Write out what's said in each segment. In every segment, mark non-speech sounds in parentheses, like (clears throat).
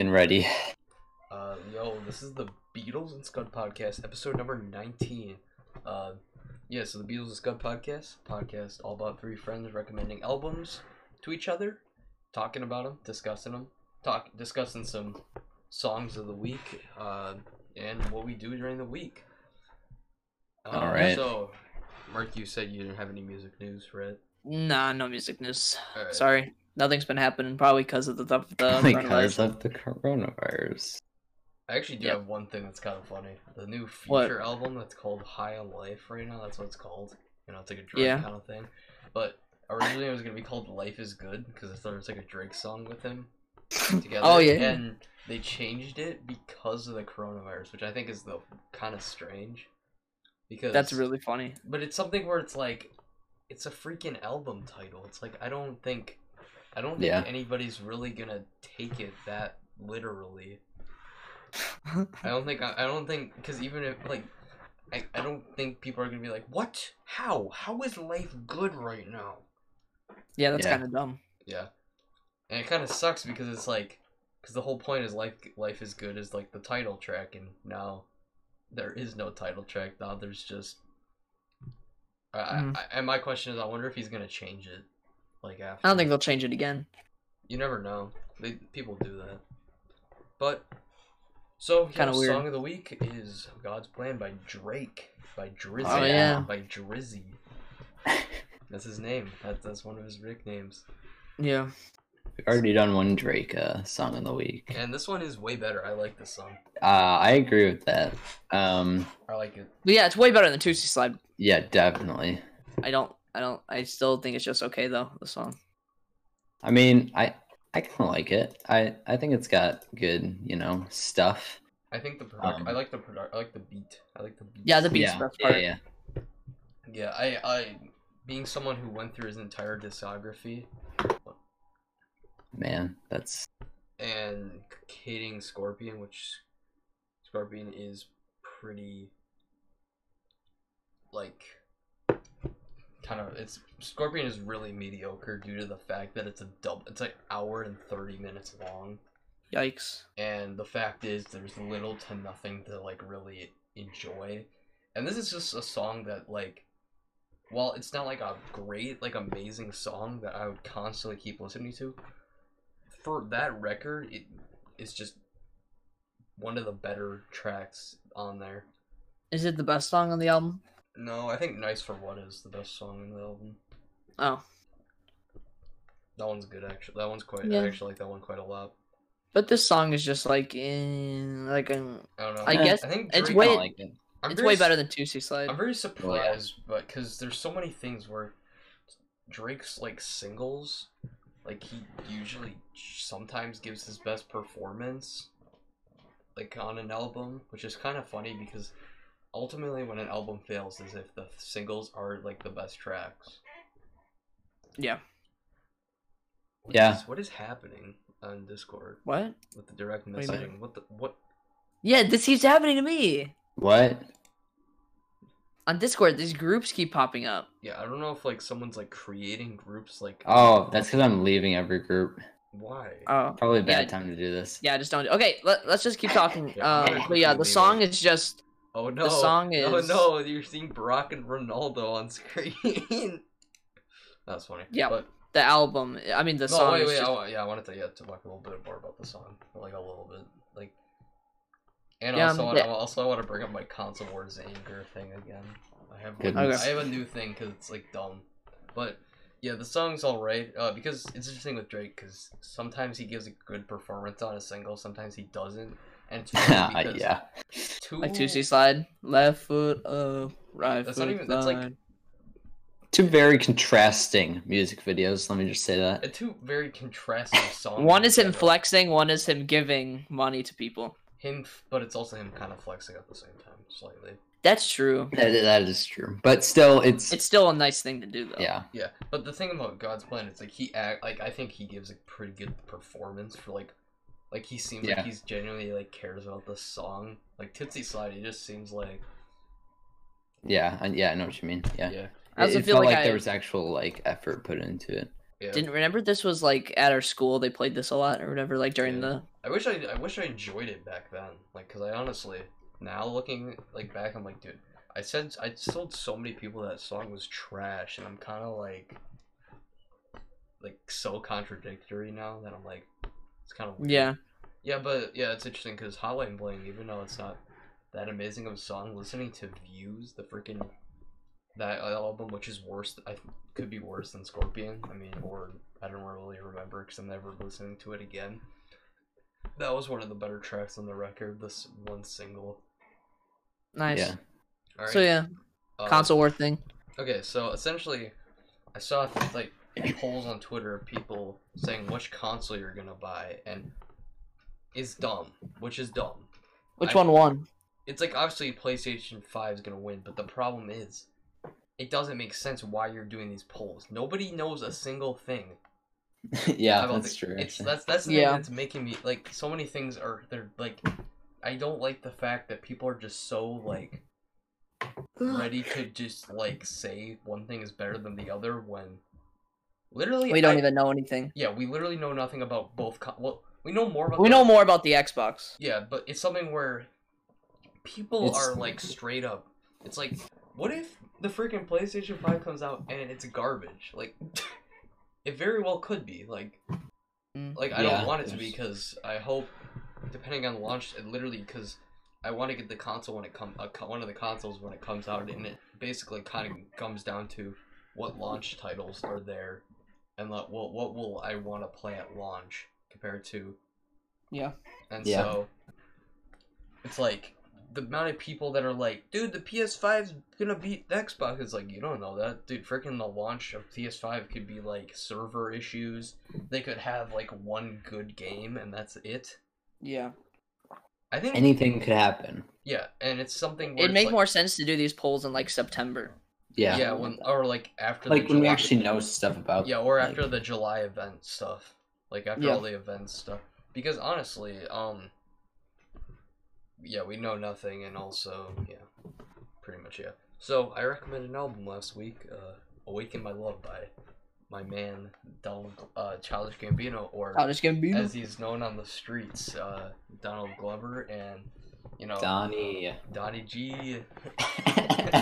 and ready. (laughs) Uh, yo, this is the Beatles and Scud podcast, episode number 19. Uh, yeah, so the Beatles and Scud podcast, podcast all about three friends recommending albums to each other, talking about them, discussing them, talk discussing some songs of the week, uh, and what we do during the week. Uh, All right. So, Mark, you said you didn't have any music news, right? Nah, no music news. All right. Sorry, nothing's been happening. Probably because of the the, the because coronavirus. of the coronavirus. I actually do Yeah. have one thing that's kind of funny. The new What? feature album that's called High on Life right now. That's what it's called. You know, it's like a Drake Yeah. kind of thing. But originally it was gonna be called Life Is Good because I thought it was like a Drake song with him together. Oh, yeah. And they changed it because of the coronavirus, which I think is the kind of strange. Because That's really funny. (laughs) but it's something where it's like it's a freaking album title it's like i don't think i don't think Yeah. anybody's really gonna take it that literally i don't think i, I don't think because even if like I, I don't think people are gonna be like what how how is life good right now Yeah, that's Yeah. kind of dumb. yeah and it kind of sucks because it's like because the whole point is life life is good is like the title track and now there is no title track now there's just I, I- Mhm. I, and my question is i wonder if he's gonna change it like after I don't think they'll change it again. you never know they, people do that but so yeah, Kinda weird. song of the week is god's plan by drake by drizzy Oh, yeah. by (laughs) drizzy that's his name that, that's one of his nicknames Yeah, We've already done one Drake uh, song of the week. and this one is way better i like this song Uh, I agree with that. Um, i like it but yeah, it's way better than Tootsie Slide. yeah, definitely. I don't, I don't, I still think it's just okay though. The song. I mean, I I kind of like it. I I think it's got good, you know, stuff. I think the product. I Um, like the product. I like the beat. I like the beat. Yeah, the beat's yeah, the best yeah, part. yeah. Yeah, I, I, being someone who went through his entire discography Man, that's and hating Scorpion, which Scorpion is pretty, like, kind of. It's Scorpion is really mediocre due to the fact that it's a double. It's like hour and thirty minutes long, Yikes. and the fact is there's little to nothing to like really enjoy and this is just a song that like while it's not like a great like amazing song that i would constantly keep listening to for that record it is just one of the better tracks on there Is it the best song on the album? no i think nice for what is the best song in the album Oh, that one's good actually that one's quite Yeah. i actually like that one quite a lot but this song is just like, in, like, um, i don't know I Yeah. guess think it's I Drake- way- kinda Wait. like it. I'm it's very way s- better than Tootsie Slide. I'm very surprised, but because there's so many things where Drake's like singles, like he usually sometimes gives his best performance, like on an album, which is kind of funny because ultimately when an album fails is if the singles are like the best tracks. Yeah. What Yeah. is- what is happening on Discord What? with the direct do you mean? messaging? What the what? Yeah, this keeps happening to me What? on Discord. These groups keep popping up. Yeah, I don't know if like someone's like creating groups like. Oh, that's because I'm leaving every group. why. Oh, Probably a Yeah. bad time to do this. Yeah, just don't. Okay, let, let's just keep talking. Yeah, I'm Um, gonna but yeah, the quickly song leave is just Oh no! song (laughs) is- Oh no! You're seeing Barack and Ronaldo on screen. (laughs) That's funny. Yeah, But the album. I mean, the no, song. wait, is wait. oh, just- I wa- yeah, I wanted to yeah to talk a little bit more about the song, like a little bit, like. And Yeah, also, um, I the- wa- also I want to bring up my console wars anger thing again. I have Goodness. I (laughs) have a new thing because it's like dumb, but yeah, the song's all right uh, because it's interesting with Drake because sometimes he gives a good performance on a single, sometimes he doesn't, and it's funny (laughs) because yeah. two like Tootsie slide, left foot up, right oh. That's foot not even- that's like- down. Two very contrasting music videos. Let me just say that. Uh, two very (sighs) contrasting songs. One is him in general. flexing. One is him giving money to people. Him, f- but it's also him kind of flexing at the same time, slightly. That's true. That, that is true. But still, it's, It's still a nice thing to do though. yeah. Yeah, but the thing about God's plan, it's like he act like I think he gives a pretty good performance for like, like he seems Yeah. like he's genuinely like cares about the song. Like Tootsie Slide, he just seems like Yeah. I, yeah, I know what you mean. Yeah. yeah, I also it, it feel felt like like, there I- was actual like effort put into it. Yeah. Didn't remember this was like at our school. They played this a lot or whatever, like during Yeah. the. I wish I I wish I enjoyed it back then. Like, cause I honestly now looking like back, I'm like, dude, I said I told so many people that song was trash, and I'm kind of like, like so contradictory now that I'm like, it's kind of weird. Yeah. Yeah, but yeah, it's interesting because Hotline Bling, even though it's not that amazing of a song, listening to Views, the freaking that album, which is worse, I th- could be worse than Scorpion. I mean, or I don't really remember because I'm never listening to it again. That was one of the better tracks on the record. This one single. Nice. Yeah. (laughs) All So yeah, uh, console war thing. Okay, so essentially, I saw like polls on Twitter of people saying which console you're gonna buy, and is dumb, which is dumb. Which I- one won? it's like obviously PlayStation 5 is going to win, but the problem is it doesn't make sense why you're doing these polls. Nobody knows a single thing. yeah, about that's the- true. It's actually. that's that's the thing Yeah. that's making me like so many things are they're like I don't like the fact that people are just so like ready to just like say one thing is better than the other when literally We don't I- even know anything. yeah, we literally know nothing about both co- well, we know more about We the- know more about the Xbox. yeah, but it's something where people It's- are like straight up. It's like, what if the freaking PlayStation 5 comes out and it's garbage? Like, (laughs) it very well could be. Like, Mm. like I Yeah, don't want it to be there's- because I hope, depending on launch, it literally because I want to get the console when it come a, co- one of the consoles when it comes out, and it basically kind of comes down to what launch titles are there, and like what what will I want to play at launch compared to Yeah. and Yeah. so it's like the amount of people that are like, dude, the PS5's gonna beat the Xbox. It's like, you don't know that. Dude, freaking the launch of PS5 could be like server issues. They could have like one good game and that's it. Yeah. I think. Anything could happen. yeah, and it's something where. It'd it's make like- more sense to do these polls in like September. Yeah. Yeah, when, or like after Like the when we July- actually know stuff about. Yeah, or like- after the July event stuff. Like after Yeah. all the event stuff. Because honestly, um Yeah, we know nothing and also yeah. Pretty much yeah. So I recommended an album last week, uh Awaken My Love by my man Donald uh Childish Gambino or Oh, just gonna be (laughs) as he's known on the streets, uh Donald Glover and you know (laughs) (laughs) Donnie. Donnie G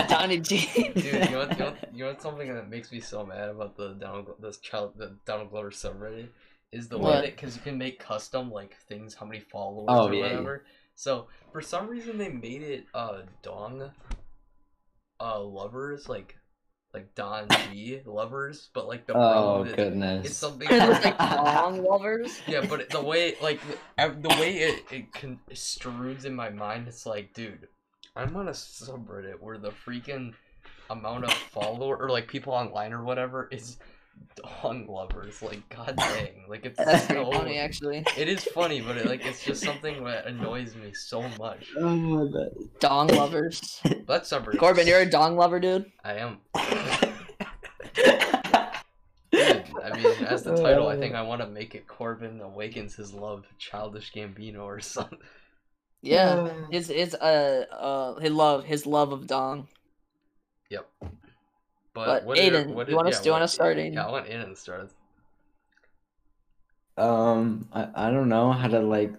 Donnie G. Dude, you know, what, you, (laughs) know what, you know what's something that makes me so mad about the Donald Glo- this child the Donald Glover subreddit is the way What? that because you can make custom like things how many followers Oh, or yeah, yeah. whatever. So for some reason they made it uh Dong uh lovers like like Don G lovers, but like the oh problem is goodness. (laughs) it's something They're just, like long lovers. yeah, but the way like ev- the way it it construes in my mind, it's like, dude, I'm on a subreddit where the freaking amount of follower or like people online or whatever is dong lovers. Like, god dang, like it's That's pretty so funny, actually. it is funny, but it, like it's just something that annoys me so much. (laughs) Oh, (laughs) that- Dong (laughs) lovers. But That's subreddit. Corbin, you're a dong lover, dude. I am. Dude, I mean, as the title, I think I want to make it Corbin awakens his love, for childish Gambino, or something. Yeah. His his uh uh his love his love of dong. But, But what did- Aiden, what you did- want yeah, us? Do you what- want to start, Aiden? Yeah, I want Aiden to start. us. Um, I, I don't know how to like.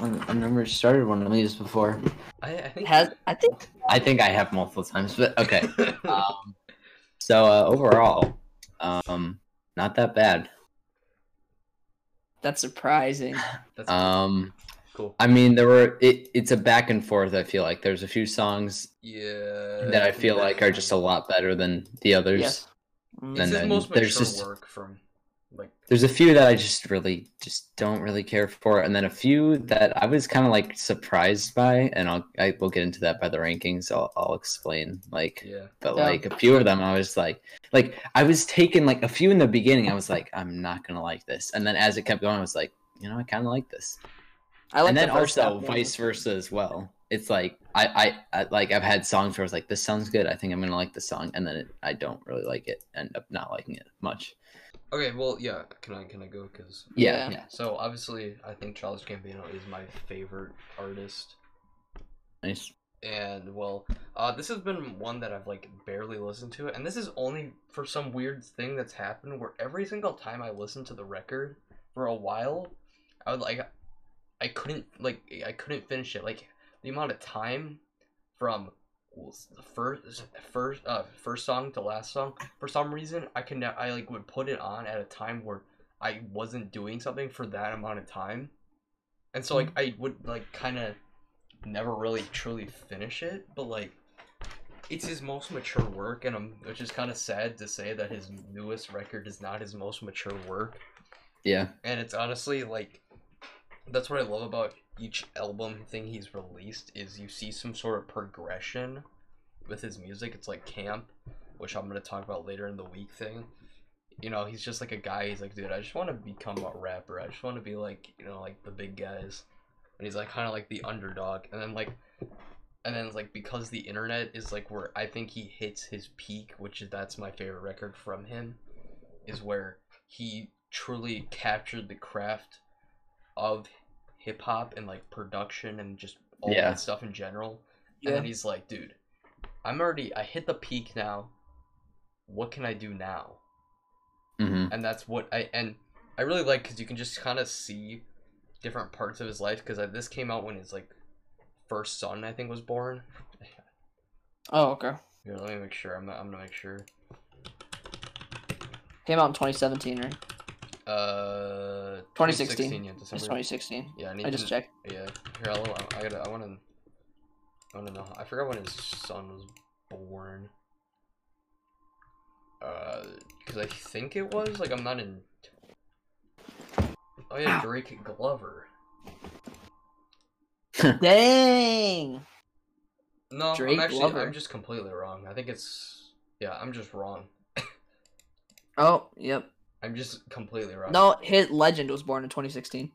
I- I've never started one of these before. I, I think Has I think I think I have multiple times, but (laughs) okay. Um, so uh, overall, um, not that bad. that's surprising. (laughs) that's Um, cool. I mean, there were it, it's a back and forth. I feel like there's a few songs Yeah. that I feel like are just a lot better than the others. Yes. Mm. It's and his then most mature there's just- work from like There's a few that I just really just don't really care for, and then a few that I was kind of like surprised by, and I'll I will get into that by the rankings. I'll I'll explain like yeah. but Yeah. like a few of them i was like like i was taking like a few in the beginning i was like i'm not gonna like this and then as it kept going i was like you know i kind of like this I like and then the first also half, vice versa as well it's like I, I i like i've had songs where i was like this sounds good i think i'm gonna like this song and then it, i don't really like it end up not liking it much Okay, well, yeah. Can I can I go? Cause yeah Yeah. yeah so obviously I think Charles Gambino is my favorite artist. nice and well, uh, this has been one that I've like barely listened to, and this is only for some weird thing that's happened where every single time I listened to the record for a while, I would like, I couldn't like I couldn't finish it. Like the amount of time from the first first uh first song to last song for some reason I could not, I like would put it on at a time where I wasn't doing something for that amount of time, and so like I would like kind of never really truly finish it, but like it's his most mature work, and I'm which is kind of sad to say that his newest record is not his most mature work, Yeah. and it's honestly like that's what I love about each album thing he's released is you see some sort of progression with his music. It's like camp, which I'm gonna talk about later in the week thing. You know, he's just like a guy. He's like, dude, I just want to become a rapper. I just want to be like, you know, like the big guys. And he's like kind of like the underdog. And then like, and then it's like because the internet is like where I think he hits his peak, which is that's my favorite record from him, is where he truly captured the craft of hip hop and like production and just all Yeah. that stuff in general. And Yeah. then he's like, dude, I'm already I hit the peak now. What can I do now? hmm And that's what I and I really like because you can just kind of see different parts of his life because this came out when his like first son I think was born. Oh, okay. Here, let me make sure. I'm I'm gonna make sure. Came out in 2017, right? Uh, 2016. yeah, It's December. 2016. Yeah, I need I just to- checked. Yeah, here I'll, I gotta. I wanna. I wanna know. I forgot when his son was born. Uh, because I think it was like I'm not in. Oh yeah, (clears throat) Ow. Drake Glover. Dang. No, Drake I'm actually Glover. I'm just completely wrong. I think it's yeah, I'm just wrong. Oh, yep. I'm just completely wrong. No, his legend was born in 2016.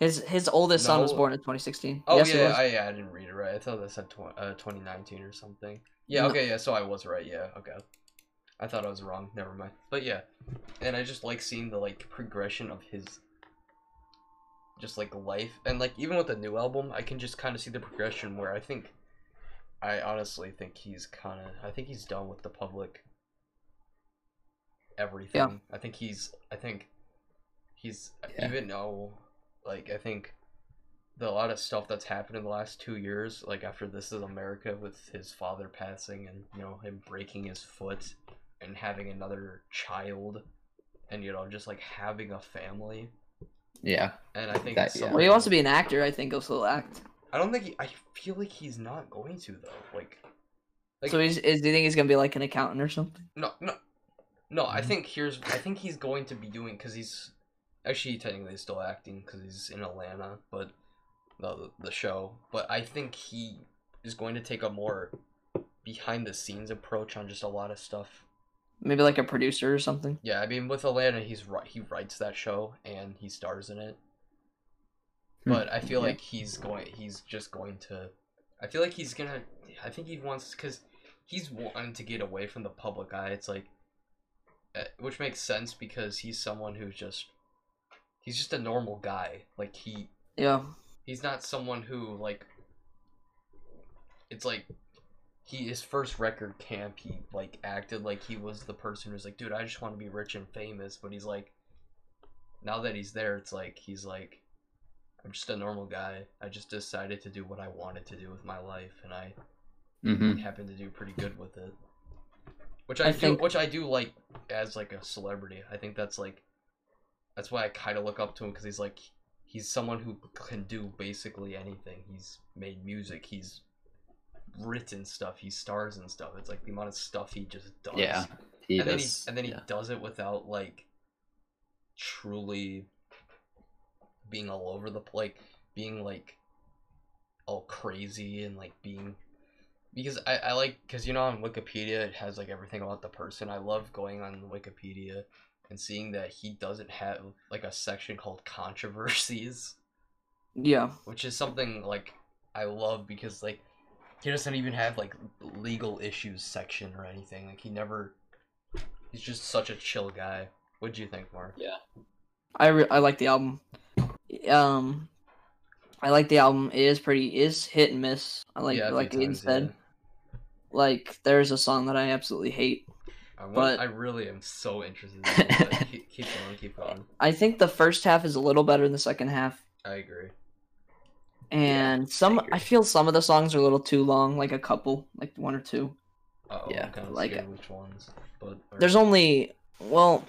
His his oldest son was No. born in 2016. Oh yes, he yeah, was. I, yeah, I didn't read it right. I thought that said tw- uh, 2019 or something. Yeah, No. okay, yeah. So I was right. Yeah, okay. I thought I was wrong. Never mind. But yeah, and I just like seeing the like progression of his, just like life, and like even with the new album, I can just kind of see the progression where I think, I honestly think he's kind of, I think he's done with the public. Everything. I think he's. I think, he's Yeah. even though, like I think the, a lot of stuff that's happened in the last two years, like after This Is America with his father passing and, you know, him breaking his foot and having another child and, you know, just like having a family. Yeah. And I think That- it's yeah. something- Well, he wants to be an actor. I think he'll still act. I don't think he, I feel like he's not going to though. Like, Like- so he's, is, do you think he's gonna be like an accountant or something? no, no, no. I Mhm. think here's I think he's going to be doing because he's actually technically still acting because he's in Atlanta, but the the show. But I think he is going to take a more behind the scenes approach on just a lot of stuff. Maybe like a producer or something. Yeah, I mean with Atlanta, he's wri- he writes that show and he stars in it. Hmm, But I feel yeah. like he's going. He's just going to. I feel like he's gonna. I think he wants because he's wanting to get away from the public eye. It's like, eh, which makes sense because he's someone who's just. He's just a normal guy. Like he Yeah. he's not someone who like it's like he his first record camp he like acted like he was the person who's like dude i just want to be rich and famous but he's like now that he's there it's like he's like i'm just a normal guy i just decided to do what i wanted to do with my life and i hmm happened to do pretty good with it which i, I feel think- which i do like as like a celebrity i think that's like that's why i kind of look up to him because he's like he's someone who can do basically anything he's made music he's written stuff he stars and stuff it's like the amount of stuff he just does Yeah. He does. and then he, and then he yeah. does it without like truly being all over the like being like all crazy and like being because I, I like because you know on Wikipedia it has like everything about the person. I love going on Wikipedia and seeing that he doesn't have like a section called controversies Yeah. which is something like I love because like he doesn't even have like legal issues section or anything. Like he never, he's just such a chill guy. What do you think, Mark? I re- I like the album. Um, I like the album. It is pretty. It is hit and miss. I like a like few Aiden times, said. Like there's a song that I absolutely hate. yeah. I, want, but- I really am so interested. In this, (laughs) like, keep, keep going, keep going. I think the first half is a little better than the second half, I agree. and some agree. I feel some of the songs are a little too long, like a couple, like one or two. Uh-oh, Yeah, I'm kind of like- scared which ones. But There's only well,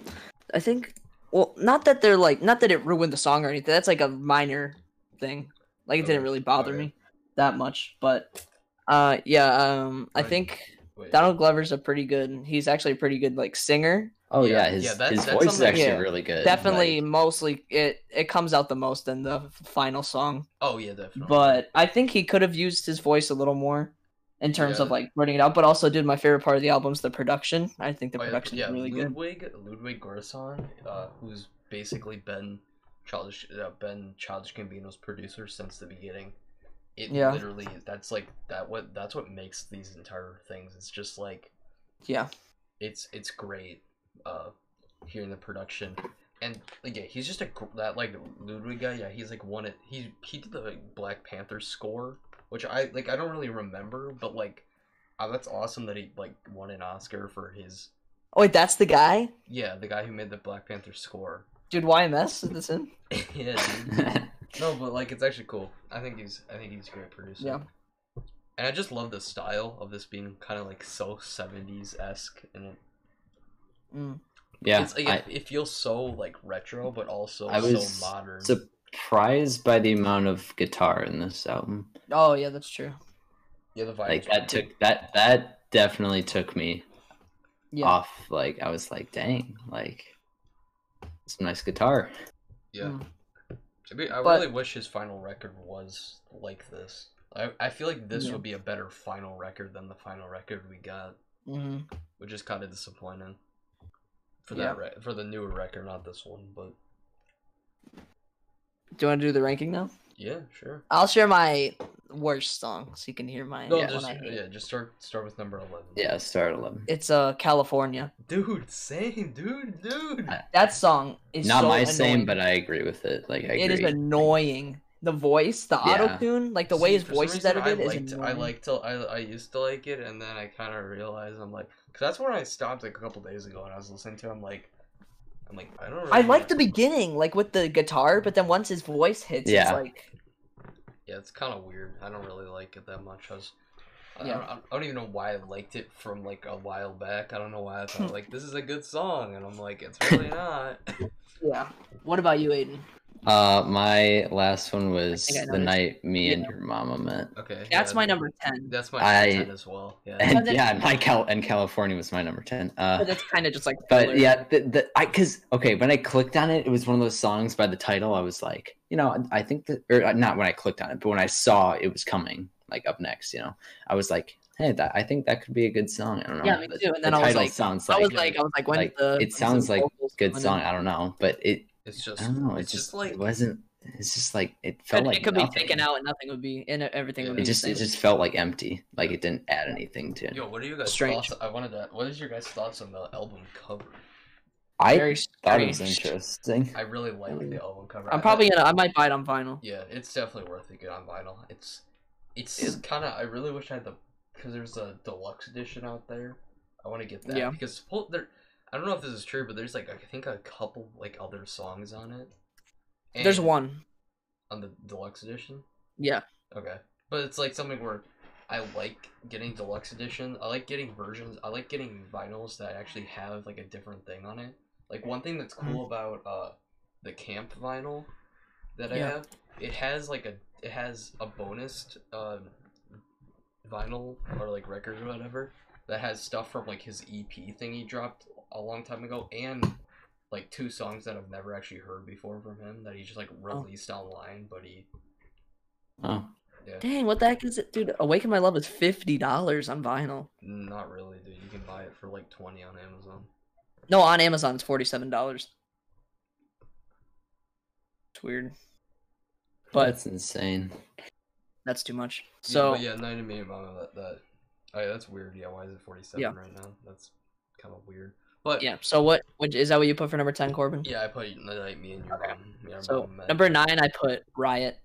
I think well not that they're like not that it ruined the song or anything. That's like a minor thing. Like it Okay, didn't really bother okay. me that much, but uh yeah, um I Right. think Wait. Donald Glover's a pretty good. He's actually a pretty good like singer. Oh yeah, Yeah, yeah, his that- his that's voice is something- actually Yeah. really good. Definitely, like- mostly it it comes out the most in the f- final song. Oh yeah, definitely. But I think he could have used his voice a little more in terms of Yeah. like putting it out. But also, dude, my favorite part of the album is the production. I think the Oh, yeah, production yeah, is really good. Ludwig Ludwig Göransson, uh, who's basically been childish uh, been childish Gambino's producer since the beginning. It Yeah. literally that's like that what that's what makes these entire things. It's just like Yeah, it's it's great uh hearing the production and like yeah he's just a gr- that like ludwig guy yeah he's like one of he he did the like, black panther score which i like i don't really remember but like oh, that's awesome that he like won an oscar for his Oh wait, that's the guy, yeah the guy who made the black panther (laughs) score dude. YMS is this him? yeah dude. (laughs) (laughs) no but like it's actually cool i think he's i think he's a great producer Yeah. and i just love the style of this being kind of like so 70s-esque and it Mm. yeah, it's, like, I- it, it feels so like retro, but also I was so modern. surprised by the amount of guitar in this album. Oh yeah, that's true. yeah, the vibe. Like that took that that definitely took me Yeah, Uh, off. Like I was like, dang, like some nice guitar. Yeah, Mm. I, mean, I But- really wish his final record was like this. I, I feel like this Yeah. would be a better final record than the final record we got, hmm which is kind of disappointing. For Yeah. that re- for the newer record, not this one, but Do you want to do the ranking now? yeah, sure. I'll share my worst song so you can hear my. No, one just I hate. yeah, just start start with number eleven. Yeah, start eleven. It's uh California. dude, same, dude, dude. I- That song is Not so my annoying. same, but I agree with it. Like I agree. it is annoying. The voice, the Yeah. auto tune, like the way See, his for some voice is reason, edited I is liked, I annoying. liked to, I, I used to like it, and then I kind of realized I'm like, because that's when I stopped like a couple days ago, and I was listening to. it, I'm like, I'm like, I don't. Really I like the beginning, like with the guitar, but then once his voice hits, it's Yeah. like Yeah, it's kind of weird. I don't really like it that much. I was. I, Yeah. don't, I don't even know why I liked it from like a while back. I don't know why I (laughs) thought like this is a good song, and I'm like, it's really not. yeah. What about you, Aiden? Uh, my last one was think I the noticed. night me and Yeah. your mama met, okay, That's yeah, my dude. number ten. That's my I- number ten as well. Yeah. (laughs) and then- yeah, my Cal and California was my number ten. But Uh, (laughs) that's kind of just like but filler. yeah, the, the I because okay, when I clicked on it, it was one of those songs by the title. I was like, you know, I- I think that or uh, not when I clicked on it, but when I saw it was coming, like up next, you know, I was like, hey, that I think that could be a good song. I don't know. Yeah, me the, too, and the then I was title like- sounds I like, was a like, I was like, when like, the it when's the sounds like vocals good coming song. in? I don't know, but it It's just. I don't know. It It's just, just like. it wasn't. It's just like it felt Could, like it could be nothing. taken out, and nothing would be, and everything Yeah. would be It just the it same. just felt like empty. Like it didn't add anything to it. Yo, what are you guys Strange. thoughts? I wanted to. What is your guys' thoughts on the album cover? I very thought it was strange. interesting. I really like Mm. the album cover. I'm I- probably gonna, I might buy it on vinyl. Yeah, it's definitely worth it. Get on vinyl. It's, it's Yeah. kind of. I really wish I had the because there's a deluxe edition out there. I want to get that Yeah. because well, there. I don't know if this is true, but there's like I think a couple like other songs on it. There's And- one. on the deluxe edition. Yeah, Okay, but it's like something where I like getting deluxe edition. I like getting versions. I like getting vinyls that actually have like a different thing on it. Like one thing that's cool about uh the camp vinyl that I Yeah. have, it has like a it has a bonus um vinyl or like record or whatever that has stuff from like his EP thing he dropped a long time ago and like two songs that I've never actually heard before from him that he just like released online, but he Oh, dang, what the heck is it, dude? Awaken My Love is fifty dollars on vinyl. Not really, dude. You can buy it for like twenty on Amazon. No, on Amazon it's forty seven dollars. It's weird, but that's insane. that's too much. yeah, So but yeah, ninety million mama. That that. Oh, yeah, that's weird. Yeah, why is it forty seven Yeah. right now? That's kind of weird. But yeah. So what? What is that? What you put for number ten, Corbin? yeah, I put you- like me and your Okay. mom. Your So mom met. number nine, I put Riot.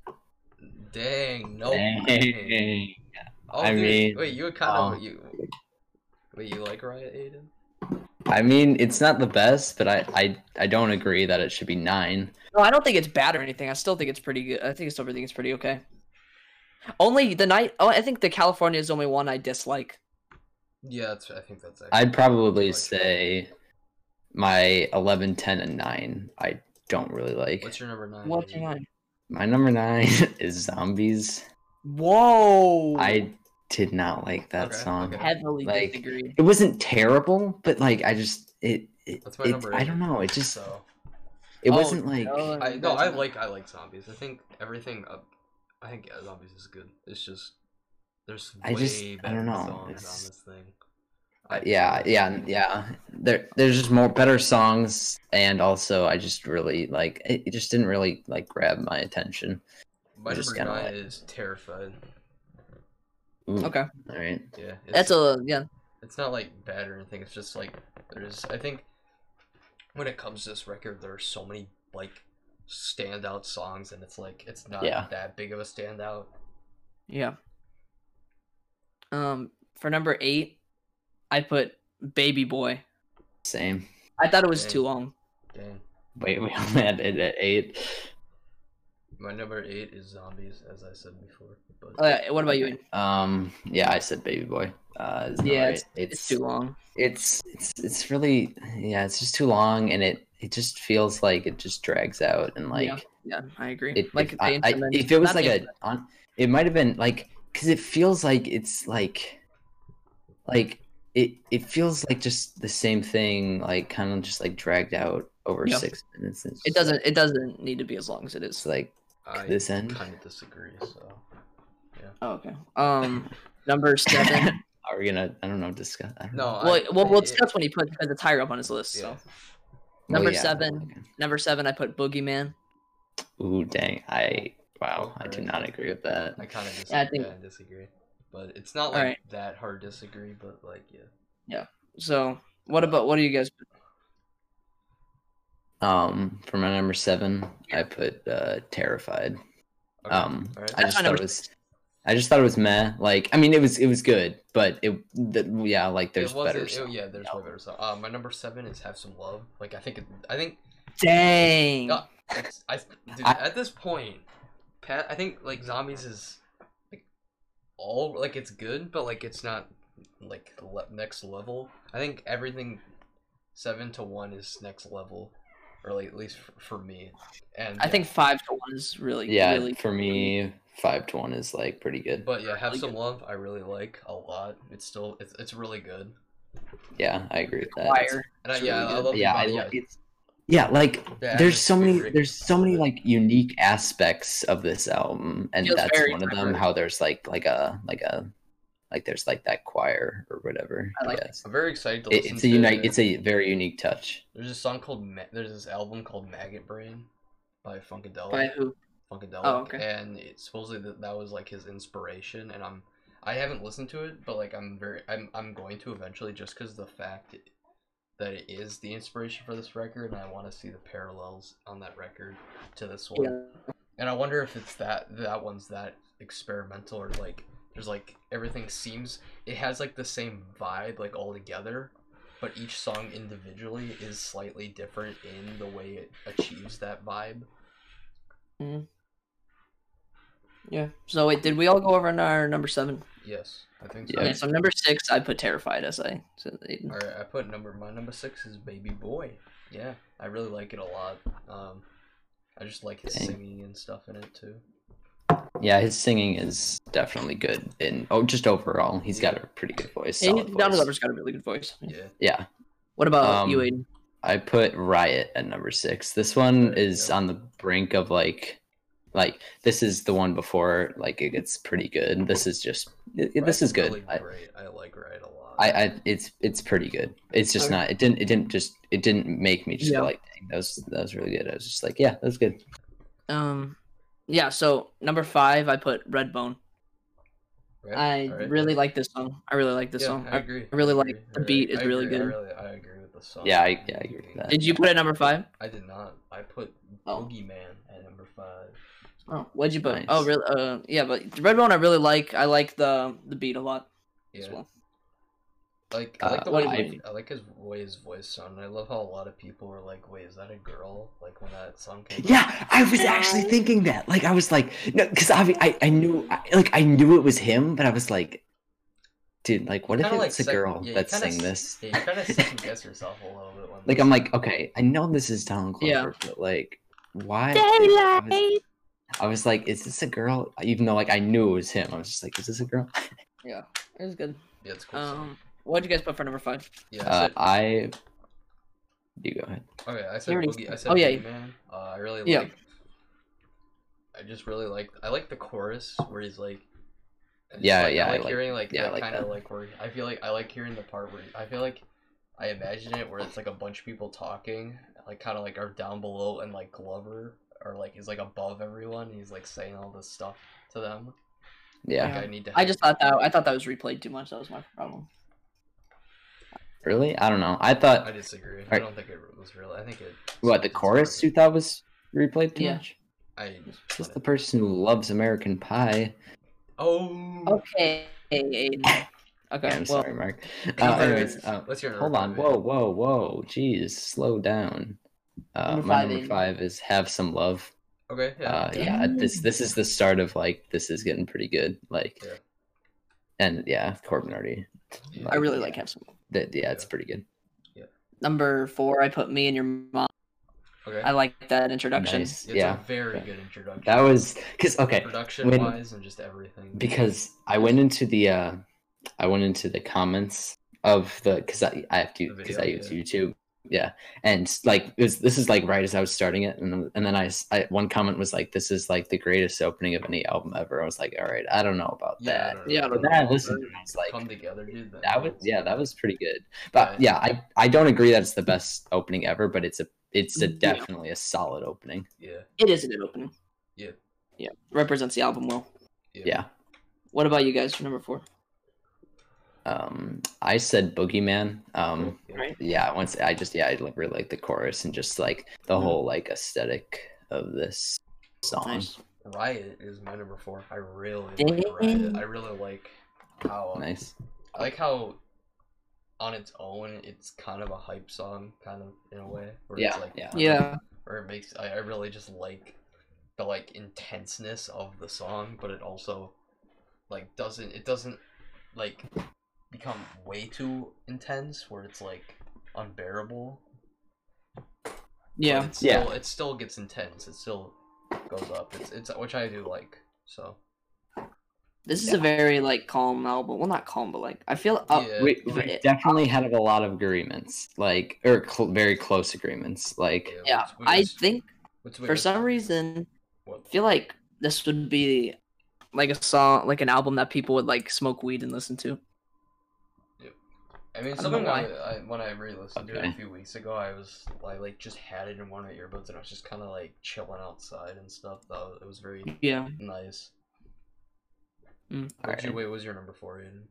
Dang, no. Oh (laughs) way. (laughs) Dang. Oh, I dude, mean, wait, you were kind of um, you. Wait, you like Riot Aiden? I mean, it's not the best, but I, I I don't agree that it should be nine. No, I don't think it's bad or anything. I still think it's pretty good. I think I still think it's pretty okay. Only the night. Oh, I think the California is the only one I dislike. Yeah, that's, I think that's. Actually I'd probably Like- say my 11, 10, and nine. I don't really like. What's your number nine? What's your Aiden? nine? My number nine (laughs) is zombies. Whoa! I did not like that Okay, song. okay. heavily like- disagree. It wasn't terrible, but like I just it. it, That's my it- number I eight, don't know. It just So it Oh, wasn't like no. I no, I like I like zombies. I think everything. Uh, I think yeah, zombies is good. It's just there's way I just- I better don't know, songs on it's- this thing. uh, yeah yeah yeah. There there's just more better songs, and also I just really like it, it just didn't really like grab my attention. My I just number kinda nine is terrified. Ooh, Okay, Mm. All right. Yeah, it's, that's a yeah. it's not like bad or anything. It's just like there's. I think when it comes to this record, there are so many like standout songs, and it's like it's not Yeah. that big of a standout. Yeah. Um, for number eight, I put Baby Boy. Same. I thought it was Okay. too long. Dang. Wait, (laughs) we only had it at eight. My number eight is zombies, as I said before. But Uh, what about you? Ian? Um. Yeah, I said baby boy. Uh, it's not Yeah, right. It's too long. it's it's it's really yeah it's just too long and it it just feels like it just drags out and like Yeah, I agree. it, like if, the I, I- instrument- if it was not like the a instrument. on it might have been like because it feels like it's like like it it feels like just the same thing like kind of just like dragged out over Yeah. six minutes and it's it just, doesn't. It doesn't need to be as long as it is. it's like I this end kind of disagree. So Oh, okay. Um, number seven. are we gonna i don't know discuss I don't no, know. I- well, we'll, we'll it- discuss when he puts because it's higher up on his list. Yeah. So number yeah, seven. okay. number seven, I put Boogeyman. ooh dang i wow i do Alright. not agree with that I kind of disagree. Yeah, I I think- disagree, but it's not like Alright. that hard to disagree. But like, yeah, So what about what do you guys? Um, for my number seven, I put uh, terrified. Okay, Um, alright. I That's just thought my number it was, I just thought it was meh. Like, I mean, it was it was good, but it, the, yeah, like there's it wasn't- better. it- songs. yeah, there's way better stuff. Uh, my number seven is have some love. Like I think it, I think Dang. Yeah. it's, I dude, I- at this point, Pat. I think like zombies is like all like it's good, but like it's not like le- next level. I think everything seven to one is next level, or like at least for, for me. And I yeah. think five to one is really yeah, really for me, five to one is like pretty good. But yeah, have Really some good. love. I really like a lot. It's still it's, it's really good. yeah, I agree with that. It's- fire. And I, it's yeah, really I good. love yeah, I the like body- it's, yeah, like the there's so many atmospheric there's so many of it. like unique aspects of this album and Feels that's very one of them different. how there's like like a like a like there's like that choir or whatever I like guess. I'm very excited to It- listen it's to a unite. It's a very unique touch. There's a song called Ma- There's this album called Maggot Brain by Funkadelic. By who? Funkadelic. Oh, okay. And it, supposedly that, that was like his inspiration, and I'm I haven't listened to it, but like I'm very I'm I'm going to eventually just because the fact that it is the inspiration for this record, and I want to see the parallels on that record to this one. And I wonder if it's that that one's that experimental or like there's like everything seems it has like the same vibe like all together, but each song individually is slightly different in the way it achieves that vibe. Yeah. So wait, did we all go over on our number seven? Yes, I think so. Yeah. Okay, so number six, I put terrified as I said. All right, I put number my number six is Baby Boy. Yeah, I really like it a lot. Um, I just like his Dang. singing and stuff in it too. Yeah, his singing is definitely good, and oh, just overall, he's got a pretty good voice. Yeah, solid Donald voice. Glover's got a really good voice. Yeah, Yeah, What about you, Um, Aiden? I put Riot at number six. This one is Yeah. on the brink of like, like this is the one before like it gets pretty good. This is just it, it- this Riot's is good. Really I, great. I like Riot a lot. I, I it's it's pretty good. It's just Okay. not. It didn't. It didn't just. It didn't make me just Yeah. go like, dang, that was that was really good. I was just like, yeah, that was good. Um, yeah. So number five, I put Redbone. Right? I Alright. really like this song. I really like this Yeah, song. I I, agree. really I like agree. the I beat agree. is I really agree. I good. really, I agree with the song. Yeah, I- yeah, I agree with that. Did you put it number five? I did not. I put Oh. Boogeyman at number five. Oh, what'd you put? Nice. Oh, really? Uh, yeah, but the Redbone I really like. I like the the beat a lot Yeah, as well. like I like Uh, the what way do you- I like his way his voice sounded. I love how a lot of people were like, "Wait, is that a girl?" Like when that song (laughs) came. out. Yeah, I was actually thinking that. Like, I was like, no, because I, I, I knew, I, like, I knew it was him, but I was like, dude, like, what if Kinda, like, it's a second- girl yeah, you that's kinda saying s- this? Yeah, you kind of second guess yourself a little bit. When Like, this- I'm like, okay, I know this is Donald Glover, Yeah. but like, why? I was, I was like, is this a girl? Even though, like, I knew it was him, I was just like, is this a girl? It was good. yeah, it's a cool. song. Um, what'd you guys put for number five? yeah, I Uh, said, I. You go ahead. okay, I you said already Boogie. I said- said oh, yeah. Man. Uh, I really Yeah. like. I just really like. I like the chorus where he's like. I just Yeah, like, yeah, I I like, like- hearing like yeah, I that like kind of that. like where I feel like I like hearing the part where I feel like I imagine it where it's like a bunch of people talking, like kind of like are down below and like Glover or like he's like above everyone. And he's like saying all this stuff to them. Yeah, Like, I need to. I have- just thought that I thought that was replayed too much. That was my problem. really? I don't know. I thought I disagree. I Alright. don't think it was real. I think it. what the it's chorus you perfect. thought was replayed too Yeah. much. I. Just the person who loves American Pie. Oh. (laughs) Okay. Okay. Okay, I'm well, sorry, Mark. you Uh, heard anyways, it. uh, Let's hear it. hold on. Whoa, whoa, whoa. Jeez, slow down. Uh, Number my five, number Aiden. five is "Have Some Love." Okay. Yeah. Uh, Yeah. yeah, this this is the start of like this is getting pretty good. Like, Yeah. and yeah, Corbin already. Yeah. I really like have some. That yeah, it's Yeah. pretty good. Number four, I put me and your mom. okay. I like that introduction. Nice. it's Yeah, a very Yeah. good introduction. that was because okay, production when- wise and just everything. because I went into the uh, I went into the comments of the because I, I have to The because I video, use yeah. YouTube yeah and like it was, this is like right as I was starting it and then- and then I, s- I- one comment was like this is like the greatest opening of any album ever I was like all right I don't know about yeah, that I don't Yeah, I know. but then I listened to it, I was come like together, dude. That, that was yeah that was pretty good but yeah I I don't agree that it's the best opening ever but it's a it's a Yeah. definitely a solid opening yeah, It is a good opening. Yeah. Yeah. Represents the album well. yeah What about you guys for number four? um I said Boogeyman um. cool, yeah. Right. yeah once i just yeah i like, really like the chorus and just like the Mhm. whole like aesthetic of this song Nice. Riot is my number four. I really like Riot. I really like how Nice. I like how on its own it's kind of a hype song, kind of in a way. Where Yeah, it's like, yeah. Yeah. Or it makes I, I really just like the like intenseness of the song, but it also like doesn't it doesn't like become way too intense where it's like unbearable. but Yeah. It Yeah. still, It still gets intense. It still goes up. It's it's which I do like. So This is a very like calm album. Well, not calm, but like I feel. Uh, yeah. we, but we it- definitely had a lot of agreements like or cl- very close agreements like yeah. which- which I is- think which- for which- some reason what- I feel like this would be like a song, like an album that people would like smoke weed and listen to. I mean, don't something know I, I when I re-listened to it a Okay. few weeks ago, I was I like just had it in one of my earbuds and I was just kind of like chilling outside and stuff. That was, it was very Yeah. Mm-hmm. nice. What'd Mm. you- Alright. Wait, what was your number four? Ian?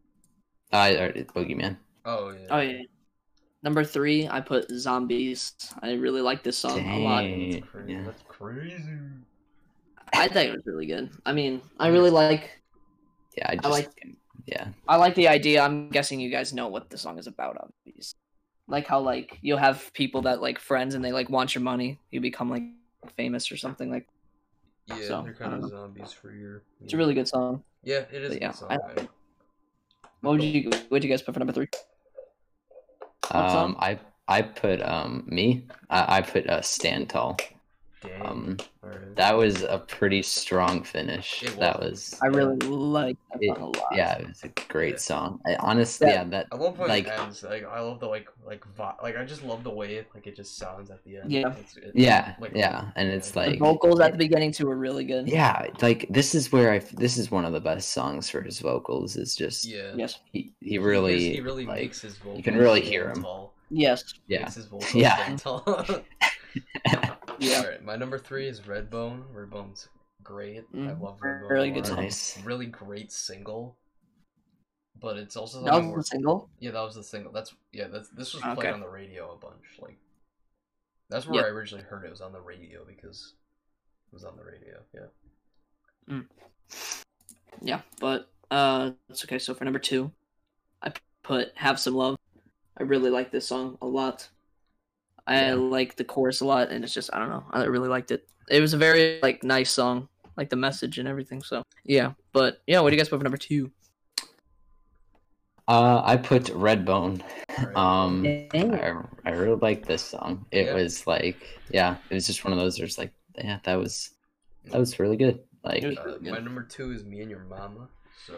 i already boogeyman Oh yeah. Oh yeah. Number three, I put zombies. I really like this song a lot. Dang, That's crazy. yeah. That's crazy. I think it was really good. I mean, I really like. yeah i just yeah I like the idea. I'm guessing you guys know what the song is about. Obviously, like how like you'll have people that like friends and they like want your money. You become like famous or something like. Yeah, So, they're kind I don't of um, know. zombies for your. It's a really good song. Yeah, it is. But a yeah, good song. I like it. What would you? What would you guys put for number three? song? um i i put um me i, I put uh stand tall Dang. um alright. that was a pretty strong finish It that was. was I really like that It- song a lot. yeah it was a great Yeah. song i honestly Yeah. yeah that I love when like- it ends. Like I love the like like vi- like I just love the way it, like it just sounds at the end. Yeah. It's- it- yeah like, yeah and it's The like vocals at the beginning too were really good. yeah like this is where i f- this is one of the best songs for his vocals is just Yeah. Yes. he, he just- really he really like, makes his vocals. can really stand hear him. Tall. Yes. yeah (laughs) Makes his vocals Yeah. stand tall. Yeah. All right, my number three is Redbone. Redbone's great. I Mhm. love Redbone. Really a good lot. song. nice Really great single. but it's also That something was more. the single. Yeah, that was the single. That's yeah. That's this was Okay. played on the radio a bunch. Like that's where I originally heard it was on the radio because it was on the radio. Yeah. (laughs) Yeah, but uh, that's okay. So for number two, I put "Have Some Love." I really like this song a lot. I Yeah. like the chorus a lot, and it's just I don't know. I really liked it. It was a very like nice song, like the message and everything. So yeah, but yeah, what do you guys put for number two? Uh, I put Redbone. Alright. Um, Dang. I, I really like this song. It Yeah. was like, yeah, it was just one of those. There's like, yeah, that was that was really good. Like, It uh, my number two is me and your mama. So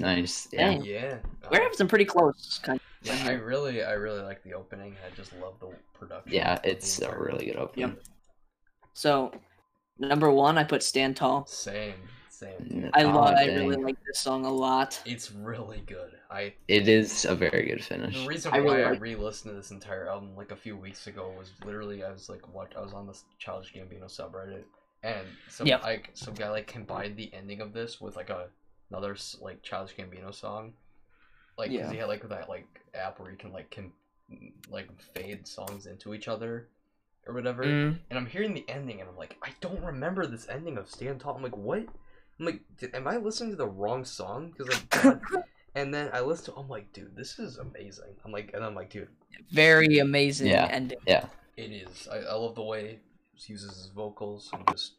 nice. Yeah, Dang. yeah. uh, We're having some pretty close. Kind of. yeah, I really, I really like the opening. I just love the production. yeah, of the it's a entire- really good opening. Yep. So number one, I put "Stand Tall." Same, same. N- I aw, love. I Oh, dang. really like this song a lot. It's really good. I It is a very good finish. The reason I why really I like- re-listened to this entire album like a few weeks ago was literally I was like what I was on this Childish Gambino subreddit and some Yeah. like some guy like combined the ending of this with like a another s- like Childish Gambino song, like because Yeah. he had like that like app where you can like can like fade songs into each other or whatever. Mm, And I'm hearing the ending and I'm like I don't remember this ending of Stand Tall. I'm like what? I'm like did, am I listening to the wrong song? Because (laughs) like. God and then I listened. to I'm like, dude, this is amazing. I'm like, and I'm like, dude, very amazing Yeah. ending. it is. I, I love the way he uses his vocals and just.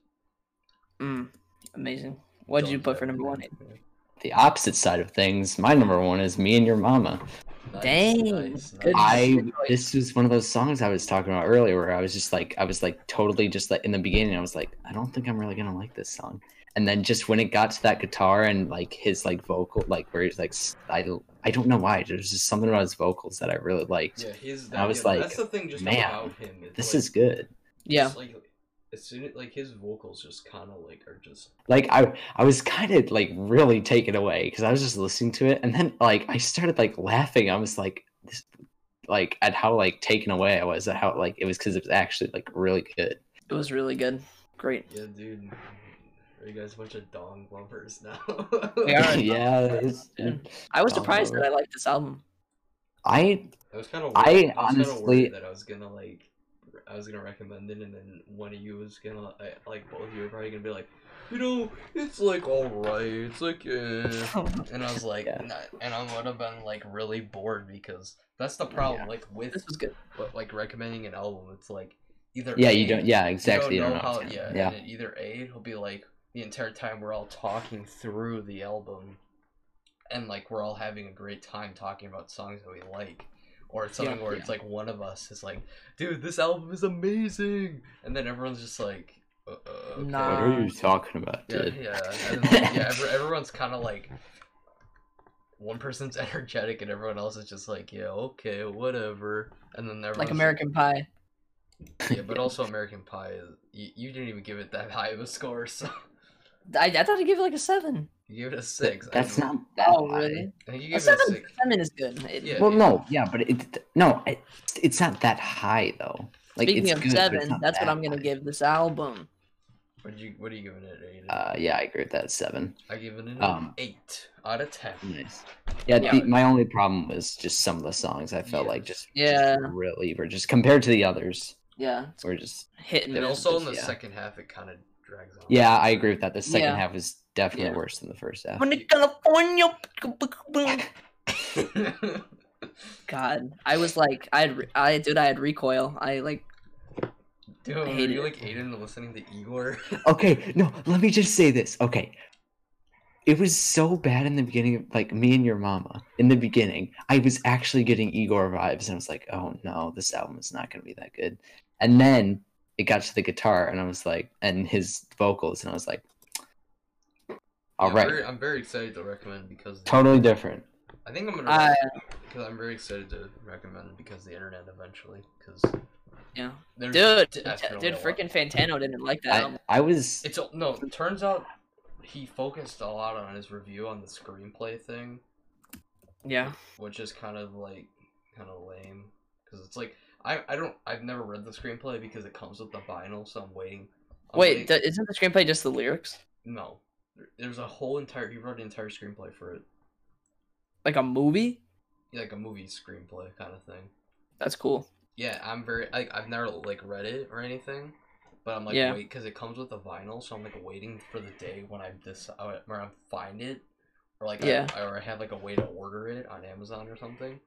Mm, amazing. What did you does put for number everything. one? The opposite side of things. My number one is "Me and Your Mama." Nice, Dang, nice, good. nice. I Like- this was one of those songs I was talking about earlier where I was just like I was like totally just like in the beginning I was like I don't think I'm really gonna like this song and then just when it got to that guitar and like his like vocal like where he's like s- I I don't know why there's just something about his vocals that I really liked Yeah, he's. I was yeah, like, that's the thing, just man, about him. It's this like- is good Yeah. it's Like, as soon as, like his vocals just kind of like are just. like I I was kind of like really taken away because I was just listening to it and then like I started like laughing I was like this, like at how like taken away I was at how like it was because it was actually like really good It was really good. Great. Yeah, dude. Are you guys a bunch of dong lovers now? (laughs) We are. (laughs) yeah it's, I was Don't surprised know. that I liked this album. I I was kind of. I I, was kind of honestly- worried that I was gonna like, re- I was gonna recommend it, and then one of you was gonna I, like, both of you were probably gonna be like, you know, it's like all right, it's like yeah. (laughs) (laughs) And I was like, Yeah. nah, and I would have been like really bored because that's the problem. Like with this was good. but, like recommending an album, it's like either Yeah, A, you don't. Yeah, you don't exactly. You don't, know how know. yeah, yeah. And either A he'll be like the entire time we're all talking through the album, and like we're all having a great time talking about songs that we like. Or it's something Yeah. where it's like one of us is like, "Dude, this album is amazing," and then everyone's just like, uh, uh, okay. What Nah. are you talking about, Yeah, dude? yeah, (laughs) and then, like, yeah. every- everyone's kind of like, one person's (laughs) energetic and everyone else is just like, yeah, okay, whatever. And then everyone's Like American Pie. Yeah, but also American Pie. Is, you, you didn't even give it that (laughs) high of a score, so I, I thought I gave it like a seven. you gave it a Th- six. I That's think- not. That Oh, high. I think you gave A Oh, it a seven, six. seven is good. It- Yeah. Well, no, yeah, but it no, it, it's not that high though. Like Speaking it's of good, but it's seven, not that's what that I'm gonna high. give this album. What did you? What are you giving it? Aiden? Uh, yeah, I agree with that seven. I give it an um, eight out of ten. Nice. Yeah, Yeah. The, my only problem was just some of the songs I felt Yeah. like just Yeah. just really were just compared to the others Yeah, were just hit and And miss. also in the yeah. second half, it kind of drags on. yeah I agree with that. The second Yeah. half was definitely Yeah. worse than the first half. When it California. (laughs) God, I was like, I had, re- I dude, I had recoil. I like, (laughs) Dude, were hate you it. like Aiden listening to Igor? (laughs) Okay, no, let me just say this. Okay. It was so bad in the beginning, like me and your mama. In the beginning, I was actually getting Igor vibes, and I was like, oh no, this album is not going to be that good. And then it got to the guitar, and I was like, and his vocals, and I was like, all I'm right, very- I'm very excited to recommend because the- totally different. I think I'm gonna I- because I'm very excited to recommend because the internet eventually because yeah, there's dude, t- definitely dude, a lot- freaking Fantano didn't like that. I, album. I was, It's a- no. It turns out he focused a lot on his review on the screenplay thing, Yeah, which is kind of like kind of lame because it's like I I don't I've never read the screenplay because it comes with the vinyl, so I'm waiting. I'm waiting- wait, th- isn't the screenplay just the lyrics? no. There- There's a whole entire he wrote an entire screenplay for it. like a movie. like a movie screenplay kind of thing. That's cool. Yeah, I'm very like I've never like read it or anything, but I'm like Yeah. wait because it comes with a vinyl, so I'm like waiting for the day when I decide when I find it, or like Yeah. I, or I have like a way to order it on Amazon or something,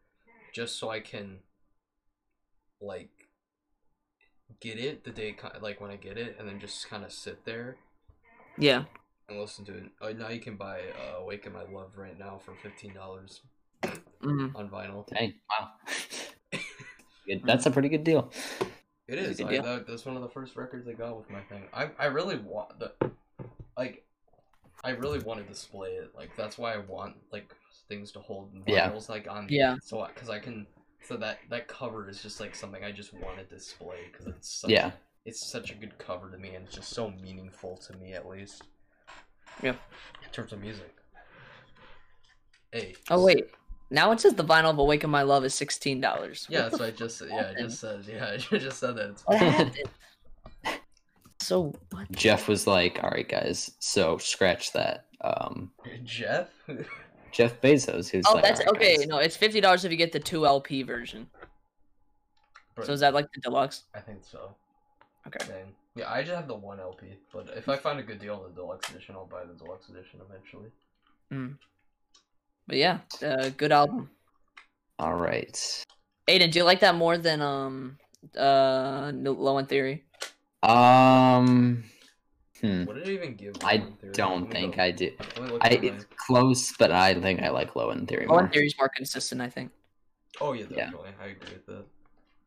just so I can like get it the day it co- like when I get it, and then just kind of sit there Yeah. and listen to it. Uh, now you can buy uh, "Awaken My Love" right now for fifteen dollars hmm on vinyl. Dang, wow. Good, That's a pretty good deal. It That's a is. good I, deal. that, that's one of the first records I got with my thing. I I really want the, like, I really want to display it. Like that's why I want like things to hold in Yeah. vinyls like on. Yeah. So because I can. So that that cover is just like something I just want to display because it's such, Yeah. It's such a good cover to me, and it's just so meaningful to me at least. Yeah. In terms of music. Hey. Oh wait, now it says the vinyl of "Awaken My Love" is sixteen dollars. Yeah, that's what I just said. Yeah, I just said. Yeah, (laughs) I just said that. (laughs) It's (laughs) What happened? so what? Jeff was like, "All right, guys, so scratch that." Um, Jeff. (laughs) Jeff Bezos, who's Oh, like, that's "All right, okay. guys." No, it's fifty dollars if you get the two LP version. So is that like the deluxe? I think so. Okay. Dang. Yeah, I just have the one LP, but if I find a good deal on the deluxe edition, I'll buy the deluxe edition eventually. But yeah, uh, good album. All right. Aiden, do you like that more than um uh No- Low in Theory? Um, hmm, What did I even give? I Low in Theory? Let don't me think go- I do. let me look I at it's mine. close, but I think I like Low in Theory Low in more. Theory's more consistent, I think. Oh yeah, yeah. definitely. I agree with that.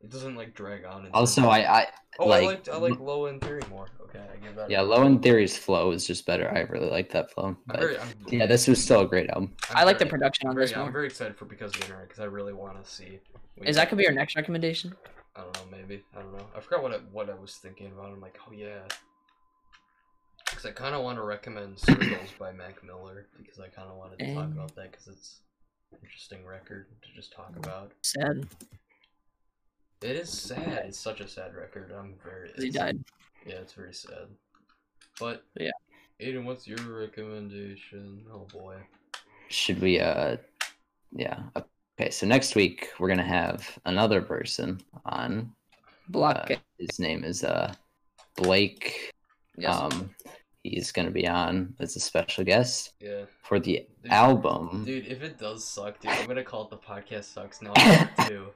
It doesn't like drag on. and- Also, I, I oh, I like- liked I like low end theory more. Okay, I give that. yeah, Low in Theory's flow is just better. I really like that flow. I'm But very, I'm- yeah, this was still a great album. I'm I like the very- production on very- this yeah, I'm one. very excited for because of the internet because I really want to see. what Is you- that could be your next recommendation? I don't know, maybe. I don't know. I forgot what I, what I was thinking about. I'm like, oh yeah. Because I kind of want to recommend Circles by Mac Miller because I kind of wanted to talk Um. about that because it's an interesting record to just talk about. Sad, It is sad. It's such a sad record. I'm very. 'cause he it's- died. Yeah, it's very sad. But Yeah. Aiden, what's your recommendation? Oh boy. Should we? Uh, yeah. Okay, so next week we're gonna have another person on. Block. Uh, his name is uh Blake. yes. Um, he's gonna be on as a special guest Yeah. for the Dude, album. Dude, if it does suck, dude, I'm gonna call it the podcast sucks now I'm too.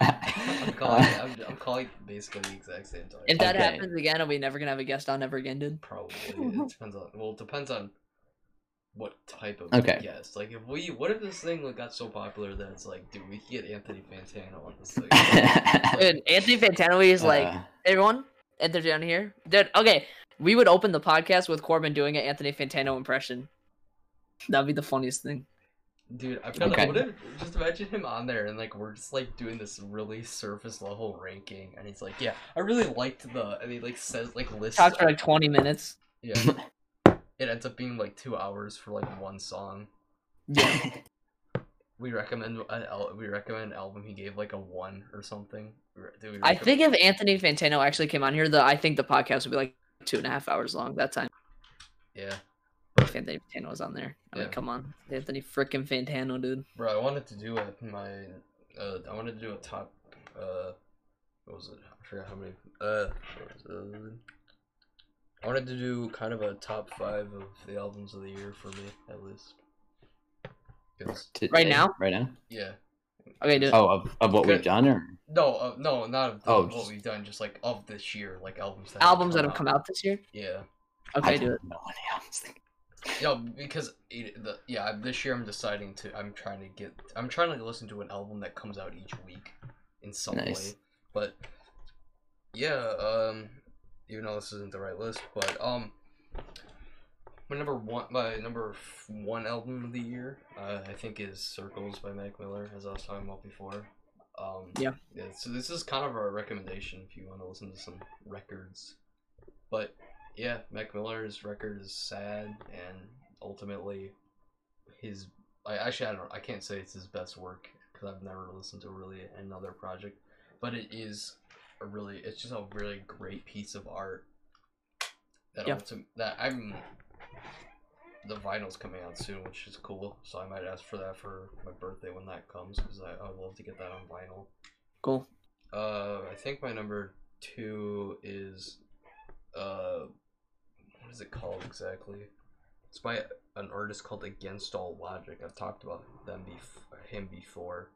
I'm calling. it- Uh, I'm, I'm calling it basically the exact same time. if that okay. happens again, are we never gonna have a guest on ever again, dude? Probably (laughs) it depends on. Well, it depends on what type of Okay. guest. Like, if we, what if this thing like, got so popular that it's like, dude, we can get Anthony Fantano on this (laughs) thing. (laughs) Dude, Anthony Fantano is like uh, everyone enter down here dude okay we would open the podcast with corbin doing an anthony fantano impression that'd be the funniest thing dude, I've got. Okay. What if just imagine him on there and like we're just like doing this really surface level ranking, and he's like, yeah, I really liked the, and he like says like lists. talk for all- like 20 minutes Yeah. (laughs) it ends up being like two hours for like one song. yeah (laughs) We recommend an al- we recommend an album. He gave like a one or something. Re- do we i recommend- think if anthony fantano actually came on here the i think the podcast would be like two and a half hours long that time yeah. if anthony fantano was on there i mean Yeah. come on anthony freaking fantano dude Bro, I wanted to do a my uh I wanted to do a top uh what was it? I forgot how many uh what was it? I wanted to do kind of a top five of the albums of the year for me at least. 'Cause- today- Right now? Right now? yeah, okay dude Oh, of, of what we've Good. done, or no, uh, no, not of the, Oh, what just- we've done, just like of this year, like albums that albums that have come out this year Yeah, okay I dude don't know any albums. no, because it, the, yeah, I'm- this year I'm deciding to I'm trying to get I'm trying to listen to an album that comes out each week in some Nice. way. But yeah, um even though this isn't the right list, but um my number one my number f- one album of the year, uh, I think is Circles by Mac Miller, as I was talking about before. Um Yeah. yeah so this is kind of a recommendation if you want to listen to some records. But yeah, Mac Miller's record is sad and ultimately his I actually I don't I can't say it's his best work because I've never listened to really another project, but it is a really it's just a really great piece of art that Yeah. ultim- that I'm the vinyl's coming out soon, which is cool. So I might ask for that for my birthday when that comes, because I I would love to get that on vinyl. Cool. Uh, I think my number two is, uh, what is it called exactly? It's by an artist called Against All Logic. I've talked about them bef- him before.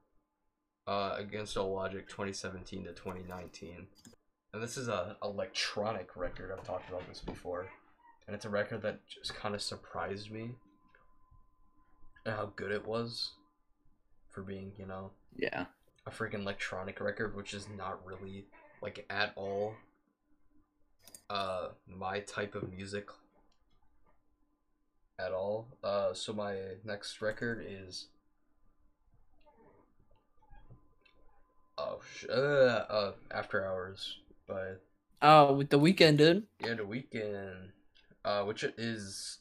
Uh, Against All Logic, 2017 to 2019, and this is a electronic record. I've talked about this before, and it's a record that just kind of surprised me, and how good it was, for being you know Yeah. a freaking electronic record, which is not really like at all uh my type of music at all. Uh so my next record is Oh sh- uh, uh After Hours by Oh, with the weekend, dude. (laughs) yeah, the weekend, uh, which is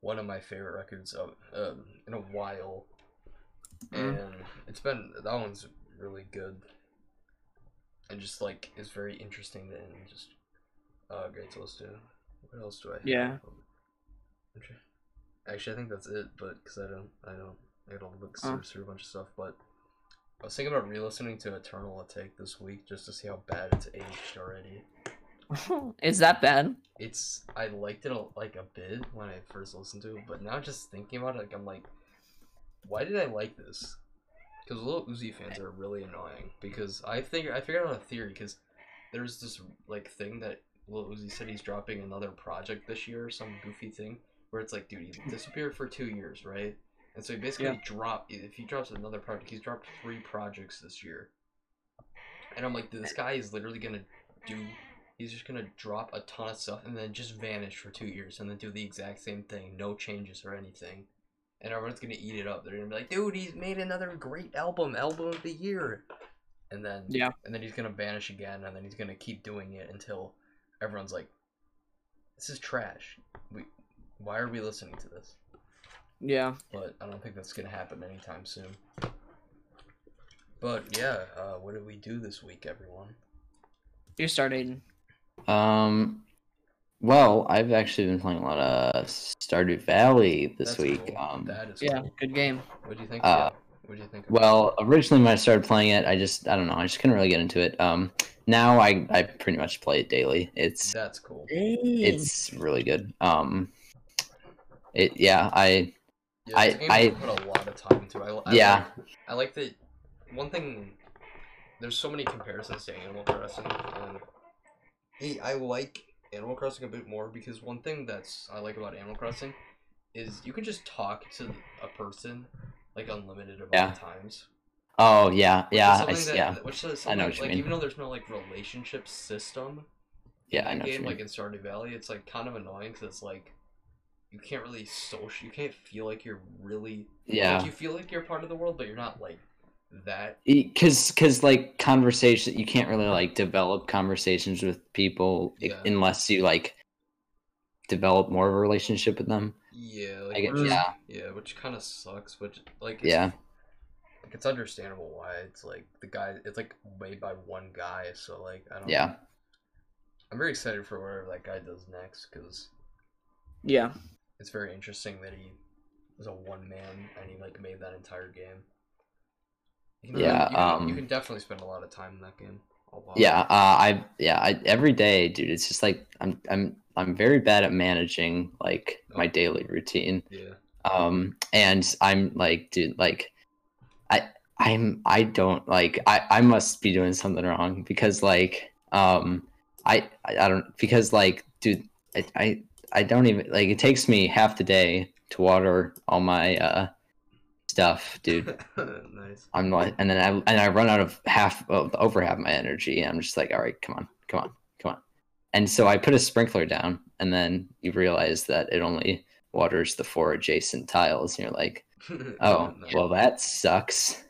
one of my favorite records of um, in a while, Mm. and it's been that one's really good, and just like it's very interesting and just uh, great to listen to. What else do I? Have? Yeah. Inter- Actually, I think that's it, but because I don't, I don't, I gotta look Oh. through, through a bunch of stuff. But I was thinking about re-listening to Eternal Attack this week just to see how bad it's aged already Is that bad? it's I liked it a, like a bit when I first listened to it, but now just thinking about it, like I'm like, why did I like this? Because little Uzi fans are really annoying. Because I figure I figured out a theory because there's this like thing that Lil Uzi said he's dropping another project this year, some goofy thing where it's like, dude, he disappeared for two years, right? And so he basically dropped. If he drops another project, he's dropped three projects this year. And I'm like, this guy is literally gonna do he's just gonna drop a ton of stuff and then just vanish for two years and then do the exact same thing, no changes or anything. And everyone's gonna eat it up. They're gonna be like, dude, he's made another great album, album of the year. And then Yeah. and then he's gonna vanish again and then he's gonna keep doing it until everyone's like, This is trash. We why are we listening to this? Yeah. But I don't think that's gonna happen anytime soon. But yeah, uh, what did we do this week, everyone? You start, Aiden. Um. Well, I've actually been playing a lot of Stardew Valley this That's week. cool. Um, that is Yeah, cool. good game. What do you think? Uh, Sam? what do you think? of- Well, originally when I started playing it, I just I don't know, I just couldn't really get into it. Um, now I I pretty much play it daily. It's that's cool. it's really good. Um, it yeah I Yeah, it's a game I- you put a lot of time into. I, I Yeah. Like, I like that. One thing, there's so many comparisons to Animal Crossing, and Hey, I like Animal Crossing a bit more because one thing that's I like about Animal Crossing is you can just talk to a person like unlimited amount Yeah, of times. oh yeah Which is yeah I, something s- that- yeah Which is I know something- what you like, mean. Even though there's no like relationship system, yeah I in that know what you game, like mean. in Stardew Valley, it's like kind of annoying because it's like you can't really social. You can't feel like you're really. Like, yeah you feel like you're part of the world, but you're not like that. because because like conversation you can't really like develop conversations with people i- Yeah. unless you like develop more of a relationship with them. Yeah. Like, I get, which is- yeah Yeah, which kind of sucks. Which like it's, yeah like, it's understandable why it's like the guy. It's like made by one guy, so like I don't. yeah I'm very excited for whatever that guy does next because Yeah. it's very interesting that he was a one man and he like made that entire game. You can- Yeah, you can, you um, can definitely spend a lot of time in that game. A lot. yeah uh, i yeah I, every day dude it's just like i'm i'm i'm very bad at managing like my daily routine Yeah. um and i'm like dude like i i'm i don't like i i must be doing something wrong because like um i i, I don't because like dude I, I i don't even like it takes me half the day to water all my uh stuff (laughs) dude (laughs) nice. (laughs) I'm like, and then I and I run out of half of over half my energy. And I'm just like, all right, come on, come on, come on. And so I put a sprinkler down, and then you realize that it only waters the four adjacent tiles, and you're like, oh, Nice. well, that sucks.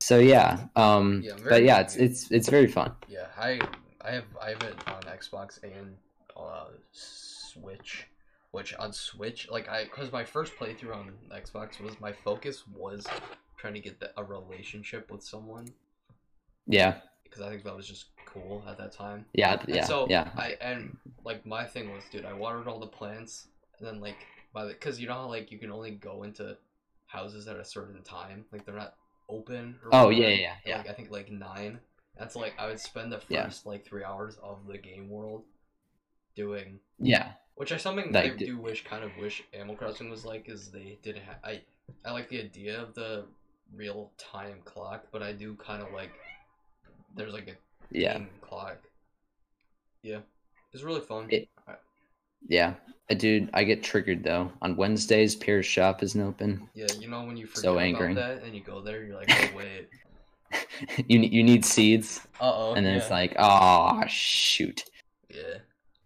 So yeah, um, Yeah, but very yeah, good it's game. it's it's very fun. Yeah, I I have I have it on Xbox and uh, Switch, which on Switch, like I, because my first playthrough on Xbox was my focus was trying to get the, a relationship with someone Yeah, because I think that was just cool at that time. yeah, yeah, and so yeah, I and like my thing was, dude, I watered all the plants, and then like by the because you know how like you can only go into houses at a certain time, like they're not open. Or Oh whatever. yeah, yeah, yeah, yeah. Like I think like nine. That's like I would spend the first Yeah. like three hours of the game world doing yeah. which is something Like, I d- do wish, kind of wish, Animal Crossing was like, is they didn't have. I I like the idea of the real time clock, but I do kind of like there's like a Yeah. game clock. Yeah, it's really fun. It- Yeah. Uh, Dude, I get triggered though. On Wednesdays, Pierce shop isn't open. (laughs) yeah, you know when you forget So angering. about that and you go (laughs) there, you're like, oh wait, you ne- you need seeds, uh oh. and then yeah. it's like, oh shoot, yeah,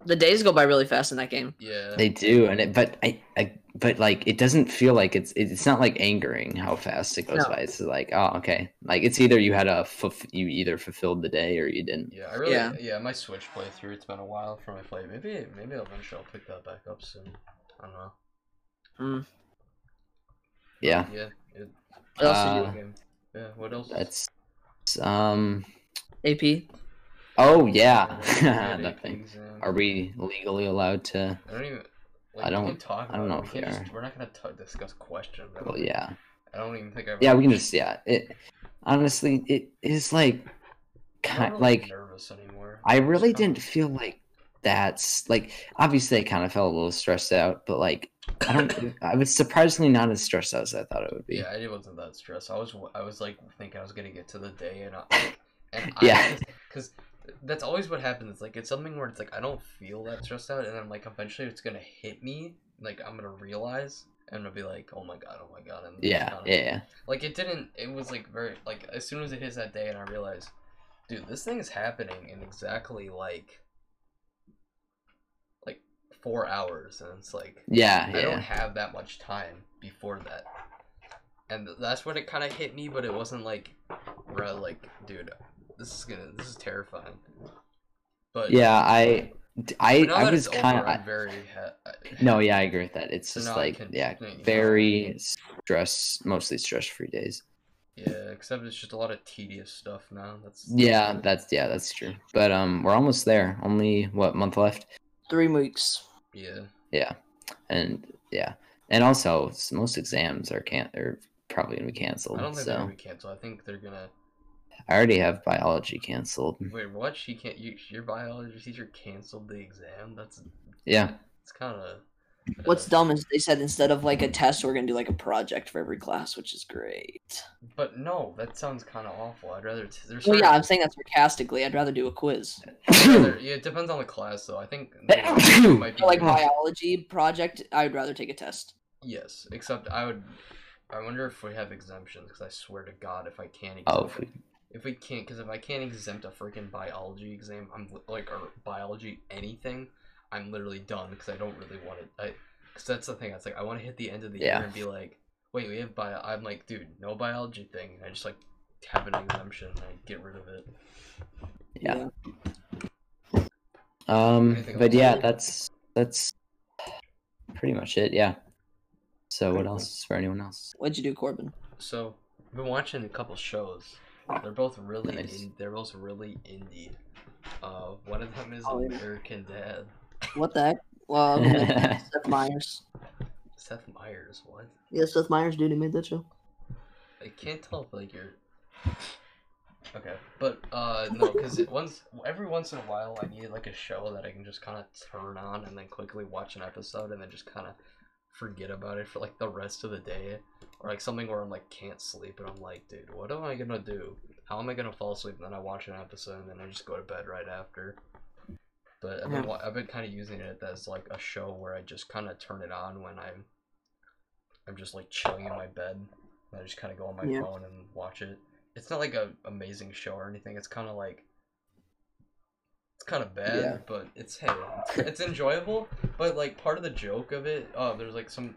The days go by really fast in that game. yeah, they do. And it, but I, I, but like, it doesn't feel like it's it- it's not like angering how fast it goes No. by. It's like, oh okay, like it's either you had a fulf- you either fulfilled the day or you didn't. yeah. I really, yeah. Yeah. my Switch playthrough. It's been a while from my play. Maybe, maybe eventually I'll pick that back up soon. I don't know. Yeah, Yeah, it, What else Uh, did cool game. Yeah. What else? that's it's, um. you do? AP. Oh (laughs) yeah, Yeah, that thing. exam. Are we legally allowed to? I don't even. Like, I we can don't- talk I don't about it. know if we can't are. Just, we're not gonna t- discuss questions. I Well, don't- yeah. I don't even think I've. yeah we can just yeah it honestly it is like I'm not kind really like nervous anymore. i really kinda- didn't feel like that's like obviously i kind of felt a little stressed out but like i (coughs) don't i was surprisingly not as stressed out as i thought it would be Yeah, I wasn't that stressed. I was. I was like thinking I was gonna get to the day and. I, (laughs) like, and I, Yeah. Because that's always what happens. It's like it's something where it's like I don't feel that stressed out, and then like eventually it's gonna hit me. Like I'm gonna realize, and I'm gonna be like, oh my god, oh my god, and it's yeah kinda- yeah yeah Like it didn't. It was like very like as soon as it hits that day, and I realized, dude, this thing is happening in exactly like like four hours, and it's like yeah, I don't yeah. have that much time before that, and th- that's when it kind of hit me. But it wasn't like, bro, like, dude, this is gonna, this is terrifying. But Yeah, i i but now i that was it's kind over, I'm of very. uh, Ha- I- no yeah i agree with that it's So just now I like can yeah think. very stress mostly stress free days yeah, except it's just a lot of tedious stuff now. That's yeah that's yeah that's true but um we're almost there only what month left Three weeks. yeah. and yeah, and also s- most exams are can are probably gonna be I don't canceled. think they're gonna So be canceled. I think they're gonna. I already have biology canceled. Wait, what? She can't. You, your biology teacher canceled the exam. That's (coughs) Yeah, it's uh, kind of. What's dumb is they said instead of like a test, we're gonna do like a project for every class, which is great. But no, that sounds kind of awful. I'd rather. T- there's Well, yeah, certain- I'm saying that sarcastically. I'd rather do a quiz. (coughs) I'd rather- yeah, it depends on the class though. I think it might be So, like my- uh, biology project, I'd rather take a test. yes. Except I would. I wonder if we have exemptions because I swear to God, if I can't. Exempt, Oh, if we- if we can't, because if I can't exempt a freaking biology exam, I'm li- like or biology anything, I'm literally done because I don't really want it. I because that's the thing. It's like I want to hit the end of the Yeah. year and be like, wait, we have bio. I'm like, dude, no biology thing. And I just like have an exemption. And I get rid of it. Yeah. um, Anything but else? yeah, that's that's pretty much it. Yeah. So what else is for anyone else? What'd you do, Corbin? So I've been watching a couple shows. They're both really Nice. in, they're both really indie. Uh, one of them is Oh, yeah. American Dad. What the heck? Oh, Well, who (laughs) (laughs) made that? Seth Meyers. Seth Meyers. What? Yeah, Seth Meyers, dude, who made that show? I can't tell if like you're. Okay, but uh no, because once every once in a while I need like a show that I can just kind of turn on and then quickly watch an episode and then just kind of forget about it for like the rest of the day or like something where I'm like can't sleep and I'm like, dude, what am I gonna do? How am I gonna fall asleep? And then I watch an episode and then I just go to bed right after. But I've been, wa- I've been kind of using it as like a show where I just kind of turn it on when I'm I'm just like chilling in my bed. And I just kind of go on my Yeah. phone and watch it. It's not like a amazing show or anything. It's kind of like it's kind of bad, Yeah. but it's hey, it's, it's enjoyable. But like part of the joke of it, oh, there's like some.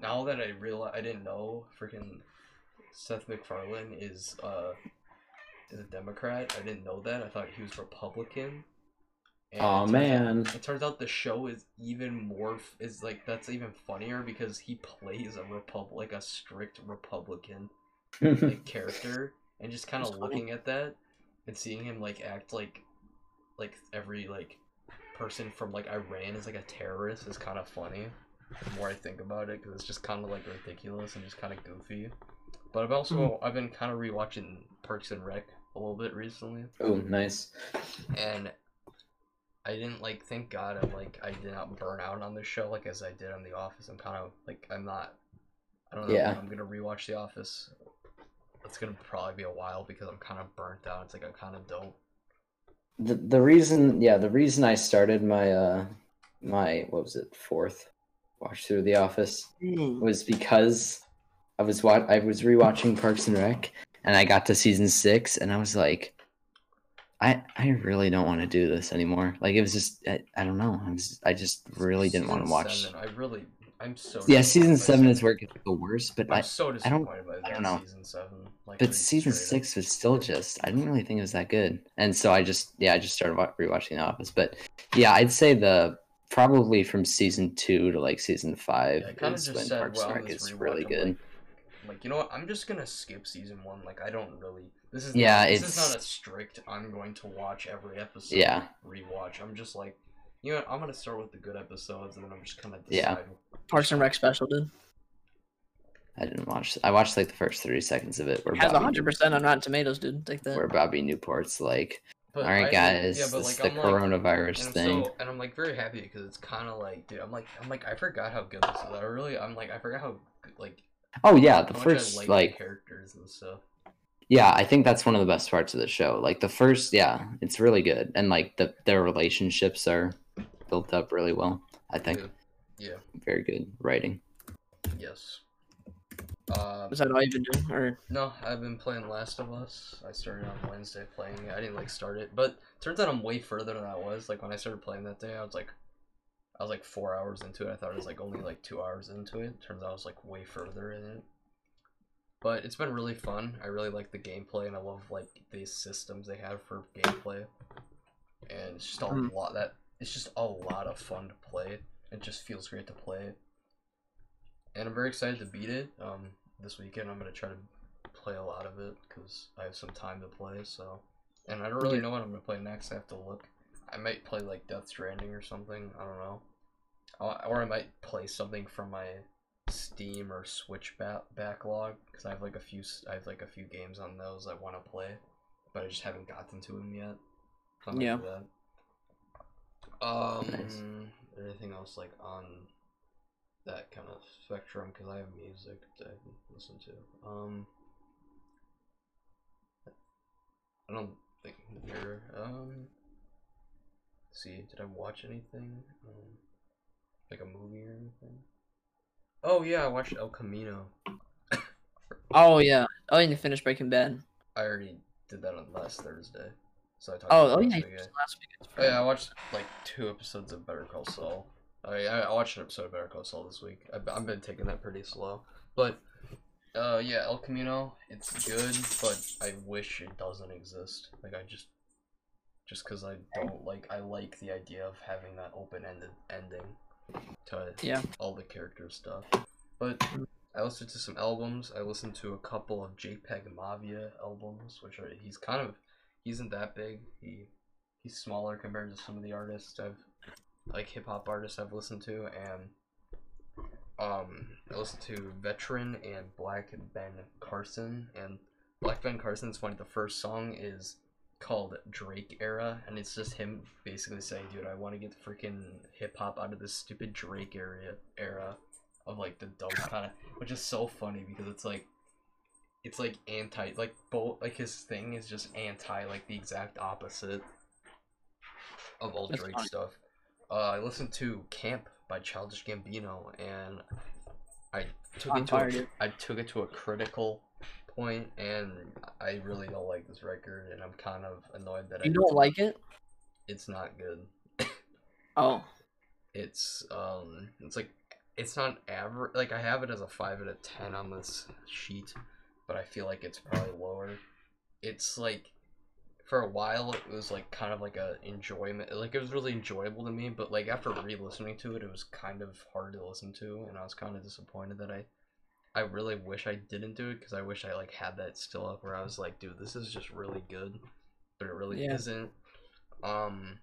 Now that I realize, I didn't know freaking Seth MacFarlane is uh is a Democrat. I didn't know that. I thought he was Republican. And Oh it turns (laughs) out- man. it turns out the show is even more f- is like that's even funnier because he plays a republic like a strict Republican (laughs) like character and just kind of That's funny. looking at that and seeing him like act like like every like person from like Iran is like a terrorist is kind of funny. the more I think about it because it's just kind of like ridiculous and just kind of goofy. But I've Mm-hmm. also I've been kind of rewatching Parks and Rec a little bit recently, Oh, nice. and I didn't like. Thank God, I'm like I did not burn out on this show like as I did on The Office. I'm kind of like I'm not. I don't know. Yeah. when I'm gonna rewatch The Office. It's gonna probably be a while because I'm kind of burnt out. It's like I kind of don't. The the reason, yeah, the reason I started my uh my what was it fourth watch through of The Office was because I was wa- I was rewatching Parks and Rec, and I got to season six, and I was like, I I really don't want to do this anymore. Like it was just I, I don't know. I was I just really didn't want to Season watch. Seven, I really. I'm so. Yeah, disappointed by season seven is season- where it gets the worst, but I'm I, so I don't- disappointed by that I don't know. season seven. Like, but like, season straight up. six was still just I didn't really think it was that good, and so I just yeah I just started wa- rewatching The Office. But yeah, I'd say the probably from season two to like season five Yeah, I kind of is just when said, Parks well, and Rec this is rewatch, really I'm good. Like, I'm like, you know what? I'm just gonna skip season one. Like, I don't really. This is Yeah, Not, This is it's- not a strict. I'm going to watch every episode. yeah. Rewatch. I'm just like, you know, what? I'm gonna start with the good episodes, and then I'm just kind of Yeah. Parks and Rec special, dude. I didn't watch. I watched like the first thirty seconds of it, where Has Bobby, hundred percent on Rotten Tomatoes, dude. Take that. where Bobby Newport's like, But "All right, I- guys, Yeah, but this is like, the I'm like, coronavirus and I'm thing." So, and I'm like very happy because it's kind of like, dude, I'm like, I'm like, I forgot how good this is. I really, I'm like, I forgot how good- like oh yeah, the how much first I like, like, the characters and stuff. yeah, I think that's one of the best parts of the show. Like the first, yeah, it's really good, and like the their relationships are built up really well. I think Yeah. very good writing. yeah. Yes. Um, Was that all you've been doing? Or No, I've been playing Last of Us. I started on Wednesday playing it. I didn't like start it, but turns out I'm way further than I was. Like when I started playing that day, I was like, I was like four hours into it. I thought it was like only like two hours into it. Turns out I was like way further in it. But it's been really fun. I really like the gameplay, and I love like these systems they have for gameplay. And it's just a Mm. lot that it's just a lot of fun to play. It just feels great to play. And I'm very excited to beat it. Um, this weekend I'm gonna try to play a lot of it because I have some time to play. So, and I don't really know what I'm gonna play next. I have to look. I might play like Death Stranding or something. I don't know. Or- Or I might play something from my Steam or Switch ba- backlog because I have like a few. s- I have like a few games on those I want to play, but I just haven't gotten to them yet. So I might Yeah. do that. Um, Nice. anything else like on that kind of spectrum? Because I have music that I can listen to. Um, I don't think there. Um, see, did I watch anything? Um, like a movie or anything? Oh yeah, I watched El Camino. oh yeah. Oh, and you finished Breaking Bad. I already did that on last Thursday, so I talked. Oh, about oh it last yeah. you weekend. finished last weekend. Oh, yeah, I watched like two episodes of Better Call Saul. I I I watched an episode of Better Call Saul this week. I've, I've been taking that pretty slow, but uh, yeah, El Camino, it's good, but I wish it doesn't exist. Like I just, just because I don't like, I like the idea of having that open-ended ending to Yeah. all the character stuff. But I listened to some albums. I listened to a couple of JPEG Mafia albums, which are he's kind of he isn't that big. He he's smaller compared to some of the artists I've like hip hop artists I've listened to and um I listened to Veteran and Black Ben Carson and Black Ben Carson's funny the first song is called Drake Era and it's just him basically saying, dude, I wanna get freaking hip hop out of this stupid Drake area era of like the dumb kind of which is so funny because it's like it's like anti like both like his thing is just anti like the exact opposite of all That's Drake funny. stuff. Uh, I listened to Camp by Childish Gambino and I took On it to a, fire, dude. I took it to a critical point and I really don't like this record and I'm kind of annoyed that I You don't like it? it's not good. Oh, It's um it's like it's not average like I have it as a 5 out of 10 on this sheet, but I feel like it's probably lower. It's like for a while it was like kind of like a enjoyment like it was really enjoyable to me, but like after re-listening to it it was kind of hard to listen to and I was kind of disappointed that I I really wish I didn't do it cuz I wish I like had that still up where I was like, dude, this is just really good, but it really Yeah. isn't. Um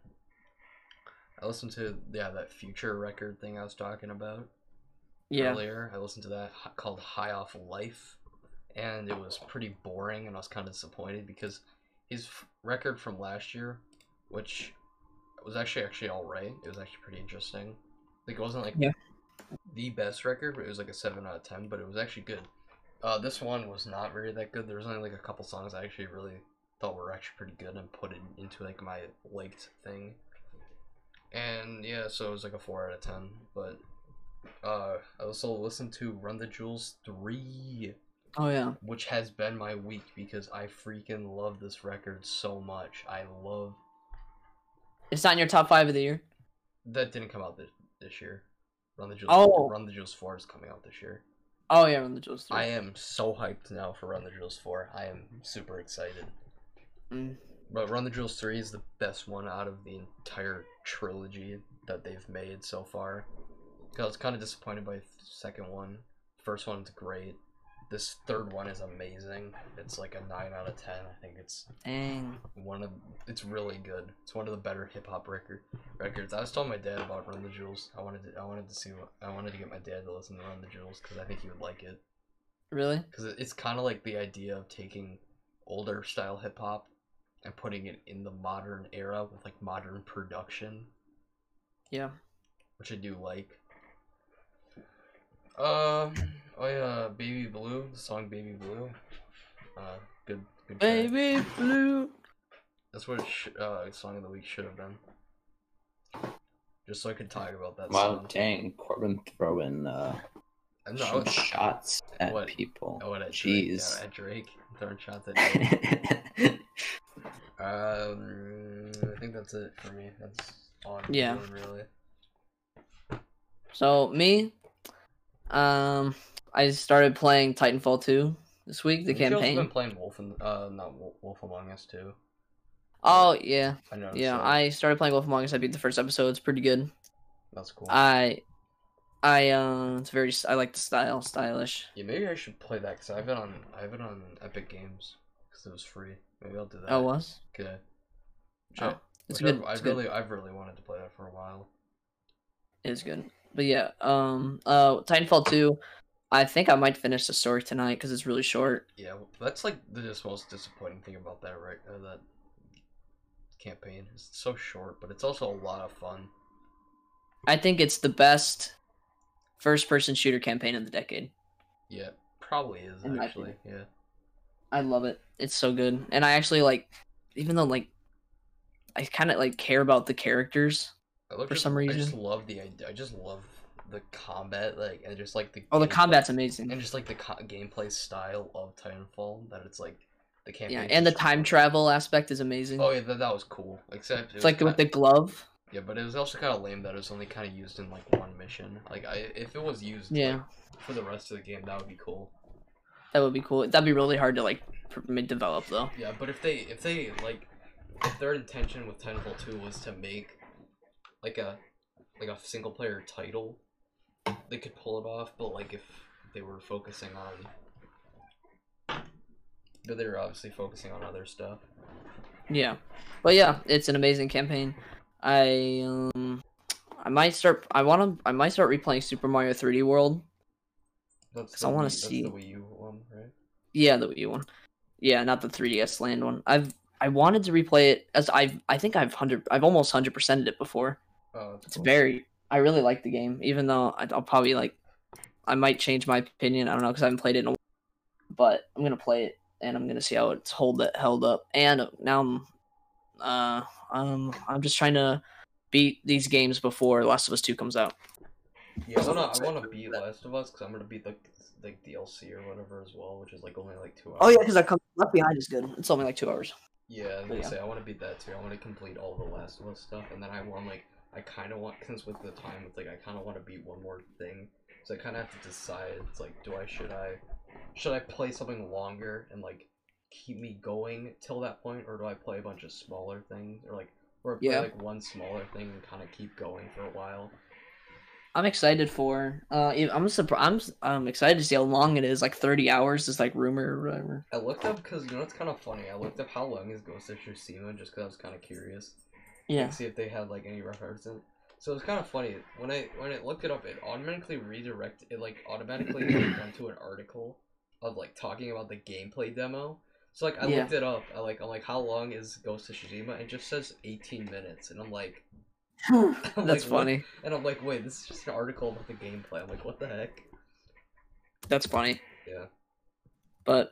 I listened to yeah that future record thing I was talking about. Yeah. earlier. I listened to that h- called High Off Life, and it was pretty boring, and I was kind of disappointed because his f- record from last year, which was actually actually all right. It was actually pretty interesting. Like it wasn't like Yeah. the best record, but it was like a seven out of ten. But it was actually good. Uh, this one was not really that good. There was only like a couple songs I actually really thought were actually pretty good and put it into like my liked thing. And yeah, so it was like a four out of ten. But uh, I also listened to Run the Jewels three, Oh yeah. which has been my week because I freaking love this record so much. I love It's not in your top five of the year. that didn't come out this, this year. Run the Jewels. Oh. Run the Jewels four is coming out this year. Oh yeah, Run the Jewels three. I am so hyped now for Run the Jewels four. I am super excited. Mm. But Run the Jewels 3 is the best one out of the entire trilogy that they've made so far. 'Cause I was kind of disappointed by the second one. First one's great. This third one is amazing. It's like a 9 out of 10. I think it's Dang. one of it's really good. It's one of the better hip hop record records. I was telling my dad about Run the Jewels. I wanted to, I wanted to see what I wanted to get my dad to listen to Run the Jewels cuz I think he would like it Really? because it's kind of like the idea of taking older style hip hop and putting it in the modern era with like modern production, Yeah. which I do like. Um, oh yeah, Baby Blue, the song Baby Blue, uh, good, good. track. Baby blue. that's what it sh- uh song of the week should have been. Just so I could talk about that Wow, song. dang, Corbin throwing uh, No, I some was- shots at What? people. Oh, what at Drake, yeah, Jeez. at Drake, throwing shots at Drake. (laughs) Um, I think that's it for me. That's all I'm Yeah. doing, really. So me, um, I started playing Titanfall two this week. The Haven't you also campaign. been playing Wolf and uh, not Wolf, Wolf Among Us too. Oh yeah, I know. yeah. I started playing Wolf Among Us. I beat the first episode. It's pretty good. that's cool. I, I um, it's very. I like the style, stylish. yeah, maybe I should play that because I have it on I have it on Epic Games because it was free. Maybe I'll do that. Oh, it was. Okay. Oh, It's Which good. I, I It's good. really I've really wanted to play that for a while. It's good. But yeah, um, uh, Titanfall two. I think I might finish the story tonight because it's really short. Yeah, well, that's like the just most disappointing thing about that right uh, that campaign. It's so short, but it's also a lot of fun. I think it's the best first-person shooter campaign of the decade. Yeah, probably is In my actually. Yeah. I love it. It's so good. And I actually like even though like I kind of like care about the characters. I love for just- some I just reason. love the idea. I just love the combat, like and just like the Oh, the gameplay- combat's amazing. and just like the co- gameplay style of Titanfall. That it's like the campaign. Yeah, and the time travel aspect is amazing. Oh yeah, that, that was cool. Except it It's like was with ki- the glove. yeah, but it was also kind of lame that it was only kind of used in like one mission. Like I, if it was used like, Yeah. for the rest of the game, that would be cool. That would be cool. That'd be really hard to like pr- mid develop though. Yeah, but if they if they like if their intention with Titanfall two was to make like a like a single player title, they could pull it off. But like if they were focusing on, but they were obviously focusing on other stuff. Yeah. But yeah, it's an amazing campaign. I um I might start I want to I might start replaying Super Mario 3D World. That's 'Cause I wanna Wii- see- that's the Wii U one, right? Yeah, the Wii U one. Yeah, not the 3DS Land one. I've I wanted to replay it as I've I think I've hundred I've almost hundred percented it before. Oh, that's It's cool. very I really like the game, even though I- I'll probably like I might change my opinion. I don't know because I haven't played it in a while, but I'm gonna play it and I'm gonna see how it's hold it held up. And now I'm uh um I'm just trying to beat these games before Last of Us Two comes out. Yeah, I wanna I wanna beat Last of Us because I'm gonna beat the like DLC or whatever as well, which is like only like two hours. Oh yeah, because I come Left Behind is good. It's only like two hours. Yeah, I was gonna Yeah. say I want to beat that too. I want to complete all the Last of Us stuff, and then I want like I kind of want because with the time, it's like I kind of want to beat one more thing. So I kind of have to decide. It's like, do I should I should I play something longer and like keep me going till that point, or do I play a bunch of smaller things, or like or play Yeah. like one smaller thing and kind of keep going for a while? I'm excited for. Uh, yeah, I'm surprised. I'm s- I'm excited to see how long it is. Like 30 hours is like rumor or whatever. I looked up because you know it's kind of funny. I looked up how long is Ghost of Tsushima just because I was kind of curious. Yeah. and see if they had like any reference. So it's kind of funny when I when I looked it up, it automatically redirected it like automatically (coughs) went onto an article of like talking about the gameplay demo. So like I Yeah. looked it up, I like I'm like how long is Ghost of Tsushima? It just says 18 minutes, and I'm like, (laughs) I'm (laughs) (laughs) That's like, what- funny. And I'm like, wait, this is just an article about the gameplay. I'm like, what the heck? That's funny. Yeah. But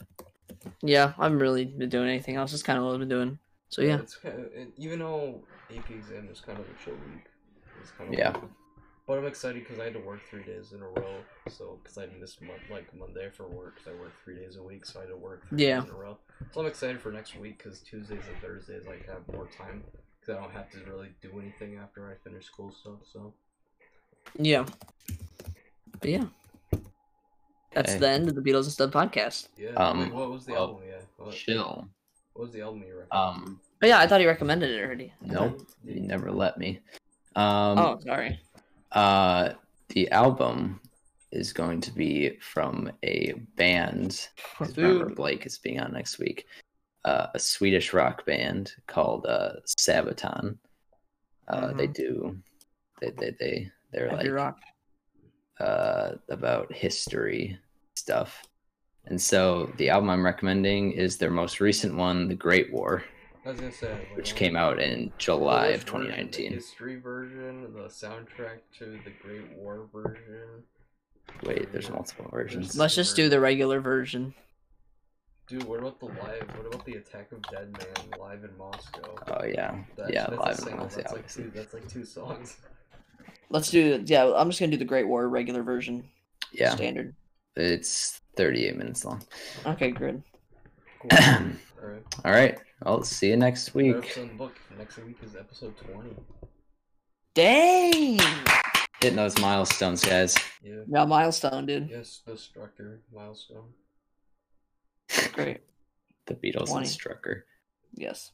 yeah, I haven't really been doing anything else. That's kind of what I've been doing. So yeah, It's kind of, and even though AP exam was kind of a chill week, it's kind of Yeah. But I'm excited because I had to work three days in a row. So because I missed mon- like Monday for work, 'cause I work three days a week, so I had to work three Yeah. days in a row. So I'm excited for next week because Tuesdays and Thursdays like have more time because I don't have to really do anything after I finish school stuff. So yeah. But yeah, that's Hey. the end of the Beatles and Stud podcast. yeah. Um, wait, what was the well, album? Yeah. What, Chill. what was the album you recommended? Um, But Oh, yeah, I thought he recommended it already. nope. Yeah. You never let me. Um, oh, sorry. uh, the album is going to be from a band. 'cause Remember, Dude. Blake is being on next week. Uh, a Swedish rock band called uh, Sabaton. Uh, They do. They they they they're Happy like Mm-hmm. rock. uh, about history stuff. And so the album I'm recommending is their most recent one, The Great War, I was gonna say like, which I'm- came out in Well, July which of version? The 2019. history version, the soundtrack to the Great War version. Wait, there's multiple versions. Let's just do the regular version. Dude, what about the live? What about the Attack of Dead Man live in Moscow? Oh yeah, That's, yeah, that's a live in single, Moscow. That's like obviously. two. That's like (clears throat) two songs. Let's do. Yeah, I'm just gonna do the Great War regular version. Yeah, Standard. it's 38 minutes long. Okay, good. Cool. All right. All right, I'll see you next Third week. episode in the book. Next week is episode twenty. Dang. Hitting those milestones, guys. Yeah. Yeah, milestone, dude. Yes, the structure milestone. Great. The Beatles and 20. Strucker. Yes.